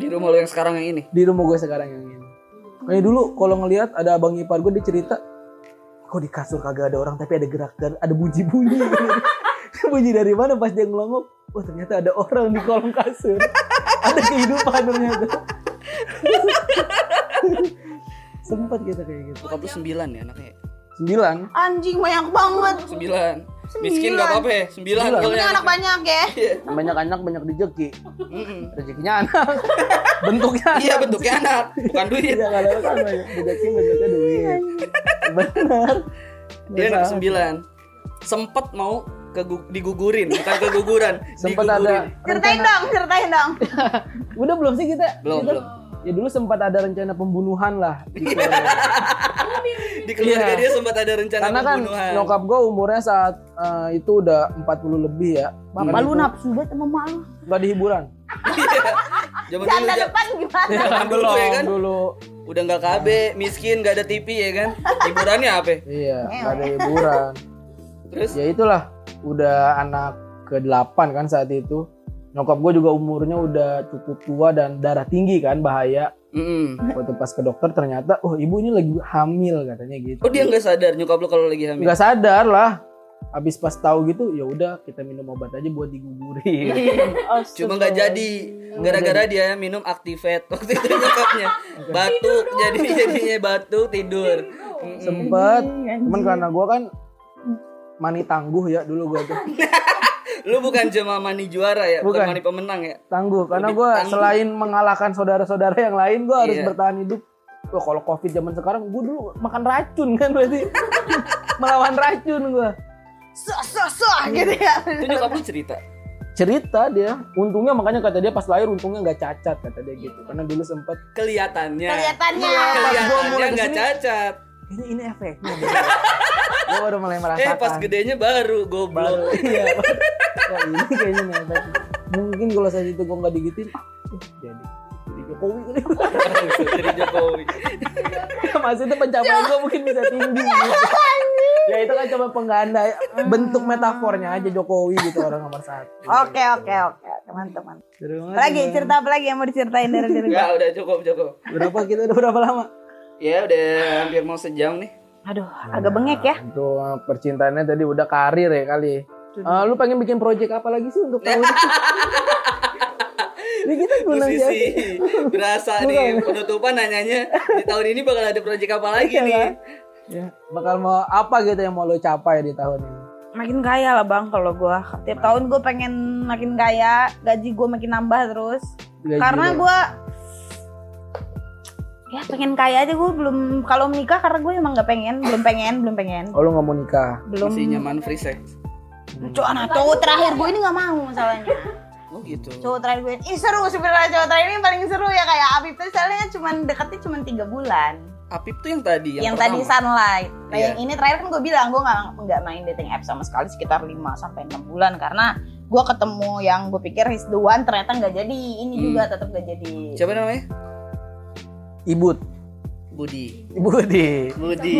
[SPEAKER 1] Di rumah lo yang sekarang yang ini.
[SPEAKER 2] Di rumah gue sekarang yang ini. Kayak dulu kalau ngelihat ada abang ipar gue dia cerita, kok di kasur kagak ada orang tapi ada gerak dan ada bunyi-bunyi. *laughs* bunyi dari mana pas dia ngelongok? Wah ternyata ada orang di kolong kasur. ada kehidupan ternyata. *laughs* Sempat kita kayak gitu.
[SPEAKER 1] Bokap lu sembilan ya anaknya.
[SPEAKER 2] Sembilan.
[SPEAKER 3] Anjing banyak banget.
[SPEAKER 1] Sembilan. Miskin gak apa-apa ya. Sembilan
[SPEAKER 2] Sembilan.
[SPEAKER 1] kalau
[SPEAKER 3] Ini
[SPEAKER 1] yang
[SPEAKER 3] anak banyak ya.
[SPEAKER 2] Banyak anak banyak dijeki.
[SPEAKER 1] Mm-mm.
[SPEAKER 2] Rezekinya anak. *laughs* Bentuknya
[SPEAKER 1] Iya bentuknya anak, bukan duit.
[SPEAKER 2] Iya kalau lu kan banyak dijeki bentuknya
[SPEAKER 1] Iya,
[SPEAKER 2] duit. Benar.
[SPEAKER 1] Dia anak
[SPEAKER 2] Iya.
[SPEAKER 1] sembilan. Sempet mau kegu- digugurin, bukan
[SPEAKER 2] *laughs*
[SPEAKER 1] keguguran.
[SPEAKER 2] Sempat
[SPEAKER 1] digugurin.
[SPEAKER 2] ada
[SPEAKER 3] Ceritain dong, ceritain dong.
[SPEAKER 2] Udah belum sih kita?
[SPEAKER 1] Belum,
[SPEAKER 2] Kita-
[SPEAKER 1] belum.
[SPEAKER 2] Ya dulu sempat ada rencana pembunuhan lah. Gitu.
[SPEAKER 1] Di keluarga
[SPEAKER 2] Iya.
[SPEAKER 1] dia sempat ada rencana
[SPEAKER 2] Karena kan
[SPEAKER 1] pembunuhan.
[SPEAKER 2] nyokap gue umurnya saat eh, itu udah 40 lebih ya.
[SPEAKER 3] Bapak lu nafsu banget sama emak lu.
[SPEAKER 2] Gak di hiburan.
[SPEAKER 1] *laughs* Iya. Zaman dulu
[SPEAKER 3] Janda
[SPEAKER 1] ja-
[SPEAKER 3] depan gimana?
[SPEAKER 1] Zaman dulu ya kan?
[SPEAKER 2] Dulu.
[SPEAKER 1] Udah nggak KB, miskin, nggak ada TV ya kan? Hiburannya apa?
[SPEAKER 2] Iya, gak ada hiburan.
[SPEAKER 1] Terus
[SPEAKER 2] Ya itulah. udah anak ke-8 kan saat itu. Nyokap gue juga umurnya udah cukup tua dan darah tinggi kan bahaya.
[SPEAKER 1] Mm-mm.
[SPEAKER 2] Waktu pas ke dokter ternyata, oh ibu ini lagi hamil katanya gitu.
[SPEAKER 1] Oh dia nggak sadar nyokap lu kalau lagi hamil.
[SPEAKER 2] Nggak sadar lah. Abis pas tahu gitu, ya udah kita minum obat aja buat digugurin.
[SPEAKER 1] Iya. *laughs* Cuma nggak jadi. Gara-gara dia minum activate waktu itu nyokapnya. Batuk jadi jadinya batuk tidur. Mm-mm.
[SPEAKER 2] Sempet. Cuman karena gue kan mani tangguh ya dulu gue tuh.
[SPEAKER 1] Lu bukan cuma mani juara ya, bukan,
[SPEAKER 2] Bukan.
[SPEAKER 1] mani pemenang ya.
[SPEAKER 2] Tangguh. Karena
[SPEAKER 1] Lebih
[SPEAKER 2] gue
[SPEAKER 1] tangguh.
[SPEAKER 2] selain mengalahkan saudara-saudara yang lain, gue harus
[SPEAKER 1] Iya.
[SPEAKER 2] bertahan hidup. Wah kalau covid zaman sekarang, gue dulu makan racun kan berarti. *laughs* Melawan racun gue.
[SPEAKER 3] Sah, sah, sah gitu ya.
[SPEAKER 1] Itu nyokap lu cerita.
[SPEAKER 2] Cerita dia, untungnya makanya kata dia pas lahir untungnya nggak cacat kata dia gitu.
[SPEAKER 1] Iya.
[SPEAKER 2] Karena dulu sempet,
[SPEAKER 1] Kelihatannya.
[SPEAKER 3] Kelihatannya.
[SPEAKER 1] Kelihatannya nggak cacat.
[SPEAKER 2] ini ini efeknya. gue baru mulai merasakan.
[SPEAKER 1] Eh pas gedenya baru goblok.
[SPEAKER 2] baru *laughs* iya Wah, ini kayaknya mepet mungkin kalau saat itu gue nggak digitin uh, jadi jadi Jokowi kali *laughs*
[SPEAKER 1] *laughs* Dari Jokowi.
[SPEAKER 2] maksudnya pencapaian gue mungkin bisa tinggi gitu. ya itu kan cuma pengganda bentuk metafornya aja Jokowi gitu orang nomor satu
[SPEAKER 3] Oke, oke, oke. Teman-teman.
[SPEAKER 2] Seru banget,
[SPEAKER 3] Lagi
[SPEAKER 2] Bang.
[SPEAKER 3] cerita apa lagi yang mau diceritain dari diri
[SPEAKER 1] Ya
[SPEAKER 3] gua?
[SPEAKER 1] udah cukup cukup.
[SPEAKER 2] berapa kita udah berapa lama
[SPEAKER 1] Ya udah hampir mau sejam nih.
[SPEAKER 3] Aduh, agak bengek ya.
[SPEAKER 2] untuk percintaannya tadi udah karir ya kali Eh, lu pengen bikin project apa lagi sih untuk *laughs* tahun ini? Ini kita gunang
[SPEAKER 1] Musisi berasa nih penutupan nanyanya di tahun ini bakal ada proyek apa lagi
[SPEAKER 2] Iya
[SPEAKER 1] nih?
[SPEAKER 2] Ya, bakal mau apa gitu yang mau lo capai di tahun ini?
[SPEAKER 3] Makin kaya lah bang kalau gua. Tiap tahun gua pengen makin kaya, gaji gua makin nambah terus.
[SPEAKER 2] Gaji
[SPEAKER 3] karena
[SPEAKER 2] lo.
[SPEAKER 3] gua ya pengen kaya aja gua belum kalau menikah karena gue emang nggak pengen, belum pengen, belum pengen,
[SPEAKER 2] Oh lu gak mau nikah?
[SPEAKER 3] belum.
[SPEAKER 1] Masih nyaman free sex.
[SPEAKER 3] Cowok nah, cowok terakhir gue ini nggak mau masalahnya.
[SPEAKER 1] Oh gitu.
[SPEAKER 3] Cowok terakhir gue, ih seru sebenarnya cowok terakhir ini paling seru ya kayak Abi tuh soalnya cuman deketnya cuman tiga bulan.
[SPEAKER 1] Apip tuh yang tadi
[SPEAKER 3] yang,
[SPEAKER 1] yang,
[SPEAKER 3] tadi
[SPEAKER 1] pertama.
[SPEAKER 3] sunlight. Nah,
[SPEAKER 1] Iya.
[SPEAKER 3] yang ini terakhir kan gue bilang gue nggak nggak main dating app sama sekali sekitar 5 sampai enam bulan karena gue ketemu yang gue pikir is the one ternyata nggak jadi. Ini
[SPEAKER 1] Hmm.
[SPEAKER 3] juga tetap nggak jadi.
[SPEAKER 1] Siapa namanya?
[SPEAKER 2] Ibut.
[SPEAKER 1] Budi.
[SPEAKER 2] Budi.
[SPEAKER 1] Budi.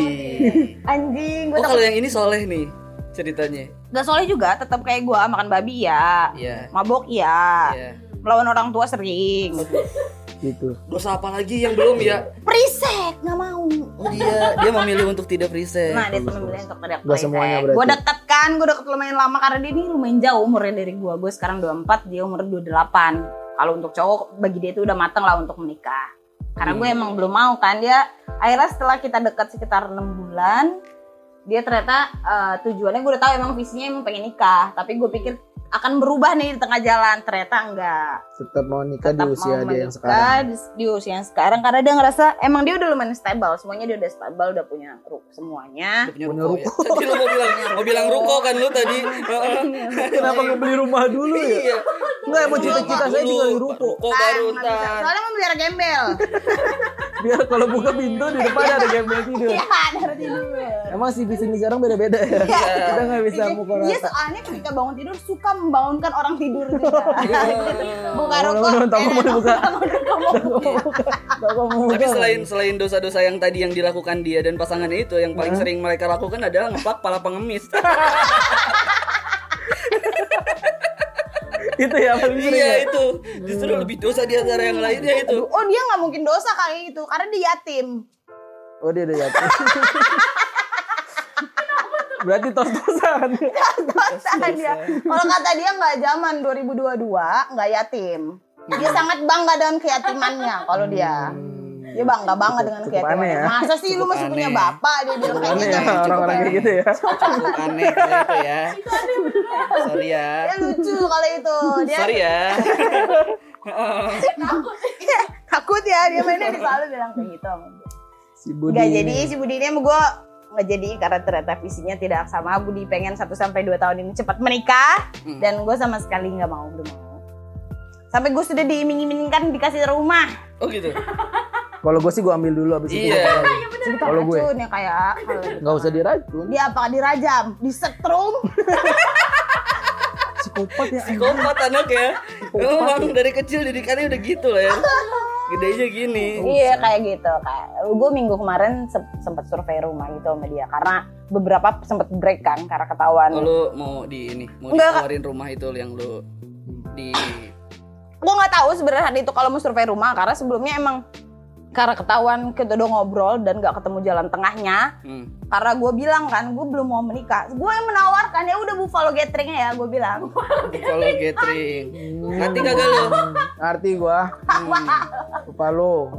[SPEAKER 3] Anjing, gue
[SPEAKER 1] Oh kalau yang ini soleh nih ceritanya.
[SPEAKER 3] Gak soalnya juga tetap kayak gue makan babi ya,
[SPEAKER 1] Iya.
[SPEAKER 3] mabok ya,
[SPEAKER 1] Iya.
[SPEAKER 3] melawan orang tua sering.
[SPEAKER 2] Gitu.
[SPEAKER 1] Dosa apa lagi yang belum ya?
[SPEAKER 3] Prisek nggak mau.
[SPEAKER 1] Oh dia dia memilih untuk tidak free
[SPEAKER 2] Iya,
[SPEAKER 1] sex.
[SPEAKER 3] Nah dia tuh memilih untuk tidak
[SPEAKER 2] Nggak semuanya berarti.
[SPEAKER 3] Gue deket kan, gue deket lumayan lama karena dia ini lumayan jauh umurnya dari gue. Gue sekarang 24, dia umur 28. Kalau untuk cowok bagi dia itu udah mateng lah untuk menikah. Karena
[SPEAKER 2] Iya.
[SPEAKER 3] gue emang belum mau kan dia. Akhirnya setelah kita deket sekitar enam bulan, dia ternyata eh, tujuannya gue udah tahu emang visinya emang pengen nikah. Tapi gue pikir akan berubah nih di tengah jalan. Ternyata enggak.
[SPEAKER 2] Tetap mau nikah
[SPEAKER 3] tetap
[SPEAKER 2] di usia dia
[SPEAKER 3] mau
[SPEAKER 2] yang
[SPEAKER 3] menikah
[SPEAKER 2] sekarang.
[SPEAKER 3] di, di usia yang sekarang karena dia ngerasa emang dia udah lumayan stable semuanya dia udah stable udah punya ru- semuanya
[SPEAKER 1] punya
[SPEAKER 2] Punya
[SPEAKER 1] ruko, ya. Tadi lu mau bilang mau bilang ruko kan lu tadi.
[SPEAKER 2] Kenapa nggak beli rumah dulu ya?
[SPEAKER 1] Iya.
[SPEAKER 2] Enggak, emang cita-cita saya tinggal di ruko.
[SPEAKER 1] Ruko baru
[SPEAKER 3] Ah, nggak bisa.
[SPEAKER 1] ntar.
[SPEAKER 3] soalnya memelihara
[SPEAKER 2] *laughs*
[SPEAKER 3] gembel
[SPEAKER 2] Biar kalau buka pintu di depan ada gembel tidur.
[SPEAKER 3] ya dari dulu
[SPEAKER 2] Emang sih bisnis sekarang beda-beda ya. Kita nggak bisa mukul
[SPEAKER 3] dia
[SPEAKER 2] rata.
[SPEAKER 3] Iya. soalnya ketika bangun tidur suka membangunkan orang tidur
[SPEAKER 2] *laughs*
[SPEAKER 3] juga
[SPEAKER 1] Iya.
[SPEAKER 3] buka
[SPEAKER 2] Bangun,
[SPEAKER 3] rokok Eh,
[SPEAKER 2] bangun, toko Iya.
[SPEAKER 3] *laughs*
[SPEAKER 2] mau dibuka. Nggak mau mukul.
[SPEAKER 1] Tapi selain selain dosa-dosa yang tadi yang dilakukan dia dan pasangannya itu yang paling sering mereka lakukan adalah ngeplak pala *laughs* pengemis.
[SPEAKER 2] itu ya paling sering. ya?
[SPEAKER 1] iya itu. Justru lebih dosa di antara yang lainnya itu.
[SPEAKER 3] oh dia nggak mungkin dosa kali itu karena dia
[SPEAKER 2] *laughs*
[SPEAKER 3] yatim
[SPEAKER 2] Oh dia udah jatuh. Berarti tos-tosan.
[SPEAKER 3] dosa
[SPEAKER 2] Iya,
[SPEAKER 3] dia kalau kata dia nggak zaman 2022 nggak yatim
[SPEAKER 2] Hmm.
[SPEAKER 3] dia sangat bangga dengan keyatimannya kalau dia Dia bangga banget dengan
[SPEAKER 2] cukup
[SPEAKER 3] keyakinan.
[SPEAKER 2] aneh ya.
[SPEAKER 3] Masa sih lu
[SPEAKER 1] Cukup
[SPEAKER 3] masih punya
[SPEAKER 1] aneh.
[SPEAKER 3] bapak dia bilang kayak
[SPEAKER 2] Aneh
[SPEAKER 3] gitu.
[SPEAKER 2] ya orang-orang kayak gitu ya.
[SPEAKER 1] Cukup aneh kalau itu ya. Sorry ya.
[SPEAKER 3] Dia lucu kalau itu. Dia
[SPEAKER 1] Sorry ya.
[SPEAKER 3] takut ya dia mainnya di selalu bilang kayak gitu.
[SPEAKER 2] Si Budi.
[SPEAKER 3] Gak
[SPEAKER 2] ini.
[SPEAKER 3] jadi si Budi ini sama gue nggak jadi karena ternyata visinya tidak sama Budi pengen 1 sampai 2 tahun ini cepat menikah
[SPEAKER 1] Hmm.
[SPEAKER 3] dan gue sama sekali nggak mau belum mau sampai gue sudah diiming-imingkan dikasih rumah
[SPEAKER 1] Oh gitu.
[SPEAKER 2] Kalau gue sih gue ambil dulu abis itu.
[SPEAKER 1] Iya.
[SPEAKER 2] gua balik.
[SPEAKER 3] cerita
[SPEAKER 2] Kalau gue?
[SPEAKER 3] racun ya kayak kalau gitu.
[SPEAKER 2] Nggak usah diracun.
[SPEAKER 3] dia apa dirajam
[SPEAKER 2] *laughs*
[SPEAKER 3] disetrum
[SPEAKER 2] Psikopat ya.
[SPEAKER 1] Psikopat anak ya. Emang dari kecil didikannya udah gitu lah ya. gedenya gini
[SPEAKER 3] Iya kayak gitu kayak gue minggu kemarin se- sempet survei rumah gitu sama dia karena beberapa sempet break kan karena ketahuan.
[SPEAKER 1] Oh, lu mau di ini mau
[SPEAKER 3] Enggak, Kak.
[SPEAKER 1] dikeluarin rumah itu yang lu di
[SPEAKER 3] Gue nggak tahu sebenarnya hari itu kalau mau survei rumah karena sebelumnya emang karena ketahuan kita udah ngobrol dan nggak ketemu jalan tengahnya
[SPEAKER 1] hmm.
[SPEAKER 3] karena gue bilang kan gue belum mau menikah gue yang menawarkan ya udah buffalo gathering ya gue bilang *laughs*
[SPEAKER 1] kalau gathering Ngerti kagak lu?
[SPEAKER 2] Ngerti gua. Lupa lu.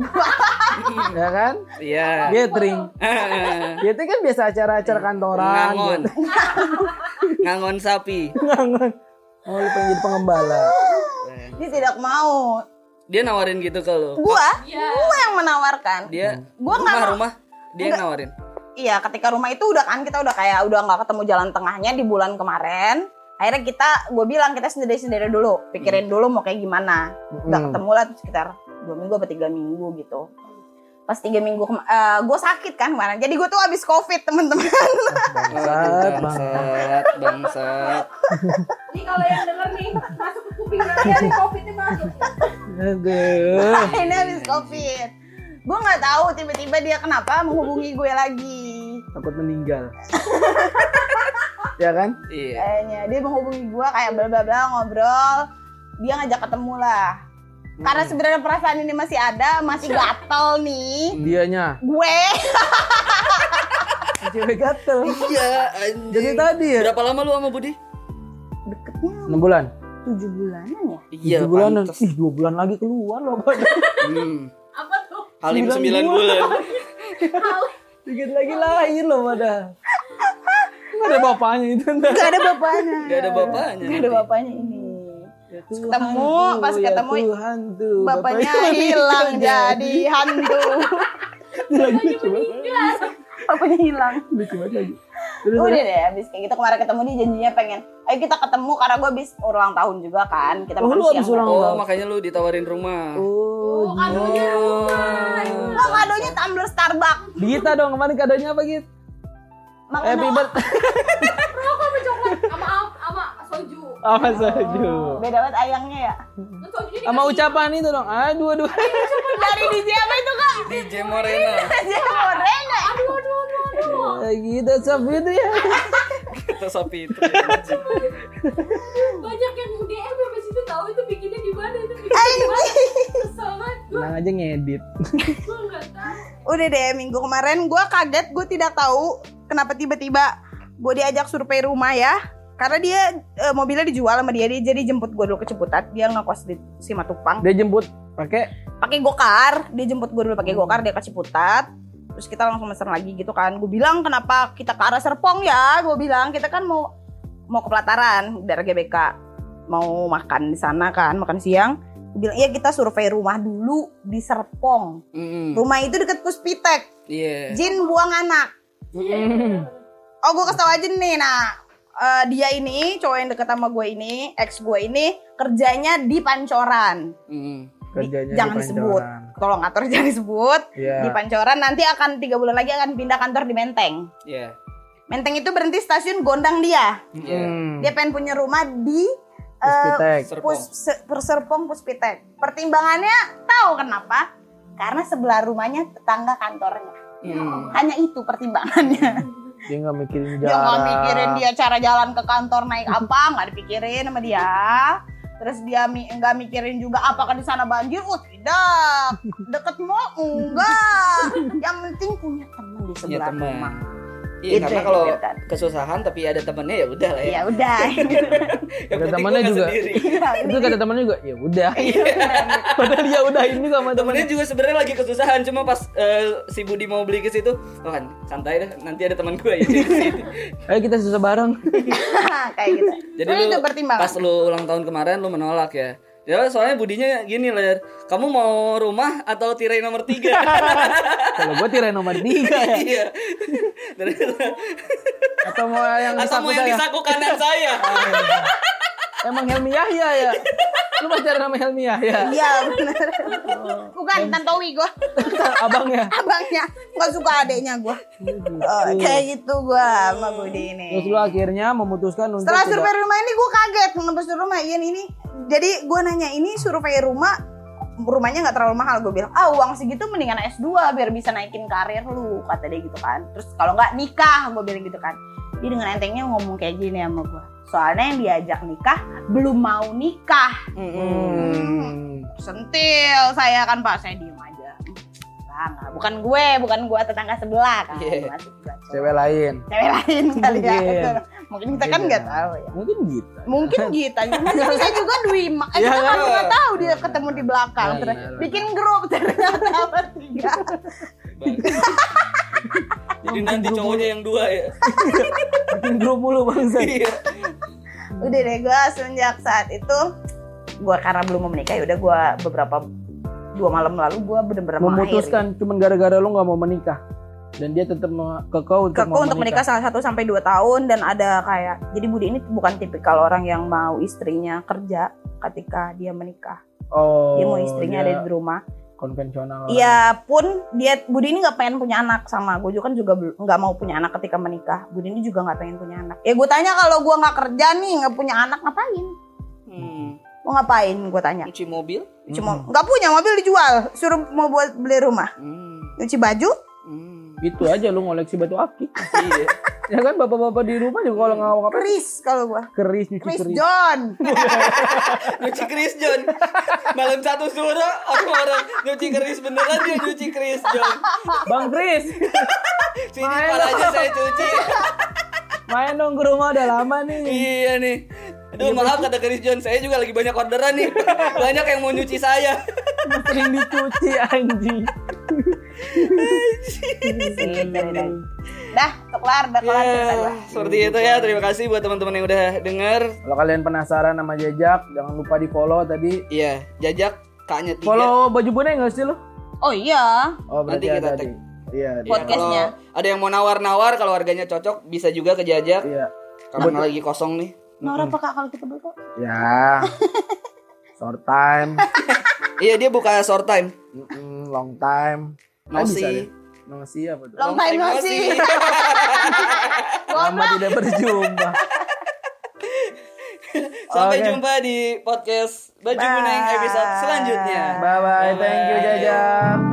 [SPEAKER 2] *laughs* ya kan?
[SPEAKER 1] iya
[SPEAKER 2] Gathering. Gathering kan biasa acara-acara kantoran.
[SPEAKER 1] ngangon ngangon sapi
[SPEAKER 2] Ngangon. Oh, lu pengen jadi pengembala.
[SPEAKER 3] dia tidak mau
[SPEAKER 1] dia nawarin gitu ke lu
[SPEAKER 3] gue
[SPEAKER 4] Iya.
[SPEAKER 3] gue yang menawarkan
[SPEAKER 1] dia
[SPEAKER 3] Gua nggak
[SPEAKER 1] rumah
[SPEAKER 3] mau-
[SPEAKER 1] rumah dia yang nawarin
[SPEAKER 3] iya ketika rumah itu udah kan kita udah kayak udah nggak ketemu jalan tengahnya di bulan kemarin akhirnya kita gue bilang kita sendiri sendiri dulu pikirin dulu mau kayak gimana nggak
[SPEAKER 2] Hmm.
[SPEAKER 3] ketemu lah tuh sekitar dua minggu apa tiga minggu gitu pas tiga minggu kema- eh, gue sakit kan kemarin jadi gue tuh habis covid temen-temen
[SPEAKER 2] Bangsat,
[SPEAKER 1] bangsat bangsat
[SPEAKER 4] Ini kalau yang denger nih masuk ke kuping raya nih COVID-nya masuk.
[SPEAKER 2] Aduh.
[SPEAKER 3] ini habis covid gue nggak tahu tiba-tiba dia kenapa menghubungi gue lagi
[SPEAKER 2] Takut meninggal. ya kan?
[SPEAKER 1] iya
[SPEAKER 3] kayaknya dia menghubungi gue kayak bla bla bla ngobrol dia ngajak ketemu lah karena
[SPEAKER 2] Hmm.
[SPEAKER 3] sebenarnya perasaan ini masih ada masih gatel nih
[SPEAKER 2] Dianya.
[SPEAKER 3] gue
[SPEAKER 2] Cewek gatel.
[SPEAKER 1] iya
[SPEAKER 2] Jadi
[SPEAKER 1] anjing
[SPEAKER 2] tadi ya.
[SPEAKER 1] berapa lama lu sama Budi
[SPEAKER 3] deketnya
[SPEAKER 2] 6 bulan.
[SPEAKER 3] tujuh bulanan ya
[SPEAKER 1] iya
[SPEAKER 2] 7 bulanan.
[SPEAKER 1] pantes.
[SPEAKER 2] Ih, 2 bulan lagi keluar loh.
[SPEAKER 1] Hmm.
[SPEAKER 4] Apa tuh?
[SPEAKER 1] Halim
[SPEAKER 2] Sembilan
[SPEAKER 1] 9
[SPEAKER 2] bulan.
[SPEAKER 1] bulan.
[SPEAKER 2] Dikit lagi lahir loh pada. Nggak ada bapaknya itu ntar.
[SPEAKER 3] gak ada bapaknya
[SPEAKER 1] Gak ada bapaknya.
[SPEAKER 3] gak ada
[SPEAKER 1] nanti.
[SPEAKER 3] bapaknya ini
[SPEAKER 2] Ya Tuhan
[SPEAKER 3] ketemu,
[SPEAKER 2] tuh,
[SPEAKER 3] pas
[SPEAKER 2] ya
[SPEAKER 3] ketemu,
[SPEAKER 2] Tuhan tuh,
[SPEAKER 3] bapaknya
[SPEAKER 2] bapaknya
[SPEAKER 3] hilang jadi hantu
[SPEAKER 2] lagi lucu banget.
[SPEAKER 3] bapaknya hilang
[SPEAKER 2] Lucu banget lagi. Terus,
[SPEAKER 3] udah deh abis kayak gitu kemarin ketemu dia janjinya pengen ayo kita ketemu karena gue abis ulang tahun juga kan kita
[SPEAKER 2] Oh,
[SPEAKER 3] makan
[SPEAKER 2] lu abis
[SPEAKER 3] siang
[SPEAKER 2] ulang
[SPEAKER 1] Oh,
[SPEAKER 2] Enggak.
[SPEAKER 1] makanya lu ditawarin rumah.
[SPEAKER 2] Oh,
[SPEAKER 4] Oh, kadonya
[SPEAKER 1] Oh.
[SPEAKER 3] Lo kadonya tumbler Starbucks.
[SPEAKER 2] Gita dong kemarin kadonya apa Git?
[SPEAKER 3] Mang
[SPEAKER 2] Happy
[SPEAKER 3] Eno.
[SPEAKER 2] *laughs* birthday
[SPEAKER 4] rokok sama coklat sama sama soju.
[SPEAKER 2] sama Soju.
[SPEAKER 3] Beda banget ayangnya ya.
[SPEAKER 4] Terus sojunya dikasih.
[SPEAKER 2] Sama ucapan itu dong. Aduh aduh.
[SPEAKER 4] Iya,
[SPEAKER 3] Dari DJ apa itu kak?
[SPEAKER 1] DJ Morena.
[SPEAKER 3] DJ Morena.
[SPEAKER 4] Aduh, aduh, aduh, aduh.
[SPEAKER 2] Gita sampai Ya itu ya.
[SPEAKER 1] Kita sapi
[SPEAKER 2] *laughs*
[SPEAKER 1] itu.
[SPEAKER 4] Banyak yang DM habis itu tahu itu bikinnya di mana itu bikinnya di mana. Kesel banget gue,
[SPEAKER 2] Tenang aja ngedit. *laughs*
[SPEAKER 4] gue nggak tahu.
[SPEAKER 3] Udah deh minggu kemarin gue kaget gue tidak tahu kenapa tiba-tiba gue diajak survei rumah ya. Karena dia eh, mobilnya dijual sama dia, dia jadi jemput gue dulu ke Ciputat, dia ngekos di Simatupang.
[SPEAKER 2] Dia jemput pakai
[SPEAKER 3] Pakai gokar, dia jemput gue dulu pakai gokar, dia ke Ciputat. Terus kita langsung mesen lagi gitu kan. Gue bilang kenapa kita ke arah Serpong ya? Gue bilang kita kan mau mau ke pelataran dari GBK mau makan di sana kan makan siang Gua bilang iya kita survei rumah dulu di Serpong
[SPEAKER 2] Hmm.
[SPEAKER 1] Mm-mm.
[SPEAKER 3] rumah itu deket Puspitek
[SPEAKER 1] Iya.
[SPEAKER 3] Jin buang anak
[SPEAKER 2] Hmm.
[SPEAKER 3] oh gue kasih tau aja nih nah eh, dia ini cowok yang deket sama gue ini ex gue ini kerjanya di Pancoran
[SPEAKER 2] Mm-hmm.
[SPEAKER 1] Mm-mm.
[SPEAKER 2] kerjanya
[SPEAKER 3] jangan
[SPEAKER 2] di
[SPEAKER 3] disebut.
[SPEAKER 2] Pancoran.
[SPEAKER 3] tolong atur *laughs* jangan disebut
[SPEAKER 2] Iya.
[SPEAKER 3] di Pancoran nanti akan tiga bulan lagi akan pindah kantor di Menteng
[SPEAKER 1] Iya.
[SPEAKER 3] Menteng itu berhenti stasiun Gondang dia
[SPEAKER 1] Iya.
[SPEAKER 2] Hmm.
[SPEAKER 3] dia pengen punya rumah di eh,
[SPEAKER 2] Puspitek.
[SPEAKER 1] ya, Serpong.
[SPEAKER 3] Pus, se- Perserpong Puspitek. Pertimbangannya tahu kenapa? Karena sebelah rumahnya tetangga kantornya.
[SPEAKER 2] Iya.
[SPEAKER 1] Mm.
[SPEAKER 3] Hanya itu pertimbangannya.
[SPEAKER 2] Dia nggak mikirin jarak.
[SPEAKER 3] Dia nggak mikirin dia cara jalan ke kantor naik
[SPEAKER 1] *laughs*
[SPEAKER 3] apa, nggak dipikirin sama dia. Terus dia mi- nggak mikirin juga apakah di sana banjir? Oh tidak. Deket mall enggak. Yang penting punya teman di
[SPEAKER 1] Iya
[SPEAKER 3] sebelah
[SPEAKER 1] teman.
[SPEAKER 3] rumah.
[SPEAKER 1] Iya
[SPEAKER 3] Itu
[SPEAKER 1] karena
[SPEAKER 3] yang
[SPEAKER 1] kalau
[SPEAKER 3] dipikirkan.
[SPEAKER 1] kesusahan tapi ada temennya ya udah lah ya.
[SPEAKER 3] Ya udah.
[SPEAKER 1] *laughs* Yang
[SPEAKER 2] Ada
[SPEAKER 1] penting
[SPEAKER 2] temennya
[SPEAKER 1] gua nggak
[SPEAKER 2] juga.
[SPEAKER 1] sendiri.
[SPEAKER 2] *laughs* Itu kata temennya juga, ya udah. Padahal dia udahin juga sama temennya.
[SPEAKER 1] Temennya juga sebenarnya lagi kesusahan cuma pas eh, si Budi mau beli ke situ, oh kan santai dah nanti ada teman gue ya di
[SPEAKER 3] *laughs*
[SPEAKER 1] situ.
[SPEAKER 2] Ayo kita susah bareng.
[SPEAKER 3] Kayak gitu.
[SPEAKER 1] Jadi
[SPEAKER 3] Terus
[SPEAKER 1] lu
[SPEAKER 3] itu pertimbangan.
[SPEAKER 1] pas lu ulang tahun kemarin lu menolak ya. Ya soalnya budinya gini ler, kamu mau rumah atau tirai nomor
[SPEAKER 3] *laughs*
[SPEAKER 1] tiga?
[SPEAKER 2] Kalau gue tirai nomor tiga ya.
[SPEAKER 1] iya. *laughs* Ternyata-
[SPEAKER 2] Atau mau yang
[SPEAKER 1] atau mau yang
[SPEAKER 2] disakuta
[SPEAKER 1] di
[SPEAKER 2] ya.
[SPEAKER 1] saku kanan saya?
[SPEAKER 3] *laughs*
[SPEAKER 2] Emang Helmi Yahya ya? Lu pacaran sama Helmi Yahya?
[SPEAKER 3] Iya bener. Bukan Tantowi gue
[SPEAKER 2] Abangnya?
[SPEAKER 3] Abangnya Gak suka adeknya gue
[SPEAKER 1] Hmm.
[SPEAKER 3] Oh, Kayak gitu gue sama Budi ini
[SPEAKER 2] Terus lu akhirnya memutuskan untuk
[SPEAKER 3] Setelah
[SPEAKER 2] tidak-
[SPEAKER 3] Iya, survei rumah ini gue kaget Ngebes rumah Ian ini Jadi gue nanya ini survei rumah rumahnya nggak terlalu mahal gue bilang ah uang segitu mendingan S2 biar bisa naikin karir lu kata dia gitu kan terus kalau nggak nikah gue bilang gitu kan dia dengan entengnya ngomong kayak gini sama gue soalnya yang diajak nikah belum mau nikah
[SPEAKER 2] Hmm.
[SPEAKER 3] sentil saya kan pak saya diem aja Enggak, enggak. bukan gue bukan gue tetangga sebelah kan
[SPEAKER 1] Iya.
[SPEAKER 3] Bukan sebelah cowok.
[SPEAKER 2] Cewek lain.
[SPEAKER 3] cewek lain kali ya
[SPEAKER 2] Mungkin.
[SPEAKER 3] mungkin kita kan
[SPEAKER 2] Mungkin
[SPEAKER 3] nggak
[SPEAKER 2] ya.
[SPEAKER 3] tahu ya
[SPEAKER 2] Mungkin gitu. *laughs*
[SPEAKER 3] mungkin kita mungkin bisa juga Dwi Mak. eh,
[SPEAKER 2] Iya,
[SPEAKER 3] kita kan
[SPEAKER 1] iya.
[SPEAKER 3] nggak tahu dia ketemu di belakang
[SPEAKER 2] Iya,
[SPEAKER 3] Terus
[SPEAKER 2] iya, iya.
[SPEAKER 3] bikin grup ternyata apa tiga
[SPEAKER 2] *laughs*
[SPEAKER 1] Jadi nanti cowoknya yang dua ya.
[SPEAKER 2] Bikin grup mulu bangsa.
[SPEAKER 1] Iya.
[SPEAKER 3] udah deh gue semenjak saat itu gue karena belum mau menikah ya udah gue beberapa dua malam lalu gue bener-bener
[SPEAKER 2] Memutuskan cuman gara-gara lo nggak mau menikah dan dia tetap me- kekau untuk,
[SPEAKER 3] Kekau
[SPEAKER 2] mau
[SPEAKER 3] untuk menikah salah satu sampai dua tahun dan ada kayak jadi Budi ini bukan tipikal orang yang mau istrinya kerja ketika dia menikah
[SPEAKER 2] Oh,
[SPEAKER 3] dia mau istrinya
[SPEAKER 2] dia
[SPEAKER 3] ada di rumah
[SPEAKER 2] konvensional.
[SPEAKER 3] Iya pun dia Budi ini nggak pengen punya anak sama gue juga kan juga bel- nggak mau punya anak ketika menikah. Budi ini juga nggak pengen punya anak. Ya gue tanya kalau gue nggak kerja nih nggak punya anak ngapain? Mau ngapain? Gue tanya. Ya
[SPEAKER 1] Cuci Hmm, mobil.
[SPEAKER 3] Cuma nggak punya mobil dijual. Suruh mau buat beli rumah.
[SPEAKER 1] Hmm,
[SPEAKER 3] Cuci baju?
[SPEAKER 2] Itu aja lu ngoleksi batu akik.
[SPEAKER 1] Iya.
[SPEAKER 2] ya kan bapak-bapak di rumah juga kalau ngawang apa
[SPEAKER 3] Keris kalau gue.
[SPEAKER 2] keris nyuci
[SPEAKER 3] Keris
[SPEAKER 2] keris.
[SPEAKER 3] *laughs* John.
[SPEAKER 1] Nyuci keris John. Malam satu suro orang-orang nyuci keris beneran dia nyuci keris John.
[SPEAKER 2] Bang Kris,
[SPEAKER 1] Sini palanya saya cuci.
[SPEAKER 2] main dong ke rumah udah lama nih.
[SPEAKER 1] Iya nih. Aduh maaf kata keris John, saya juga lagi banyak orderan nih. Banyak yang mau nyuci saya.
[SPEAKER 2] Sering dicuci anjing.
[SPEAKER 3] *laughs* Dah, udah kelar, udah
[SPEAKER 2] Iya.
[SPEAKER 3] kelar cerita
[SPEAKER 1] Ya,
[SPEAKER 3] gue.
[SPEAKER 1] seperti itu ya. Terima kasih buat teman-teman yang udah denger.
[SPEAKER 2] Kalau kalian penasaran sama jejak, jangan lupa di follow tadi.
[SPEAKER 1] Iya, jajak kaknya tiga.
[SPEAKER 2] Follow baju bonek nggak sih lo?
[SPEAKER 3] Oh iya,
[SPEAKER 2] Oh berarti
[SPEAKER 1] Iya. Nanti kita
[SPEAKER 2] ada
[SPEAKER 1] tag.
[SPEAKER 2] di. Iya. di-
[SPEAKER 1] Iya,
[SPEAKER 3] Podcastnya.
[SPEAKER 1] kalau ada yang mau nawar-nawar kalau harganya cocok bisa juga ke jajak.
[SPEAKER 2] Iya.
[SPEAKER 1] Karena lagi kosong nih.
[SPEAKER 3] Nora apa kak kalau kita berdua?
[SPEAKER 1] *laughs*
[SPEAKER 2] Ya. Short time,
[SPEAKER 1] Iya, dia buka short time.
[SPEAKER 2] Mm-mm, long time.
[SPEAKER 1] No
[SPEAKER 2] Ah,
[SPEAKER 1] see.
[SPEAKER 2] bisa deh. No see apa tuh?
[SPEAKER 3] Long time no see.
[SPEAKER 2] Lama tidak berjumpa.
[SPEAKER 1] *laughs* Sampai
[SPEAKER 2] Oke.
[SPEAKER 1] jumpa di podcast Baju
[SPEAKER 3] Bye.
[SPEAKER 1] Kuning episode selanjutnya.
[SPEAKER 2] Bye bye, thank you
[SPEAKER 1] Bye.
[SPEAKER 2] jajak.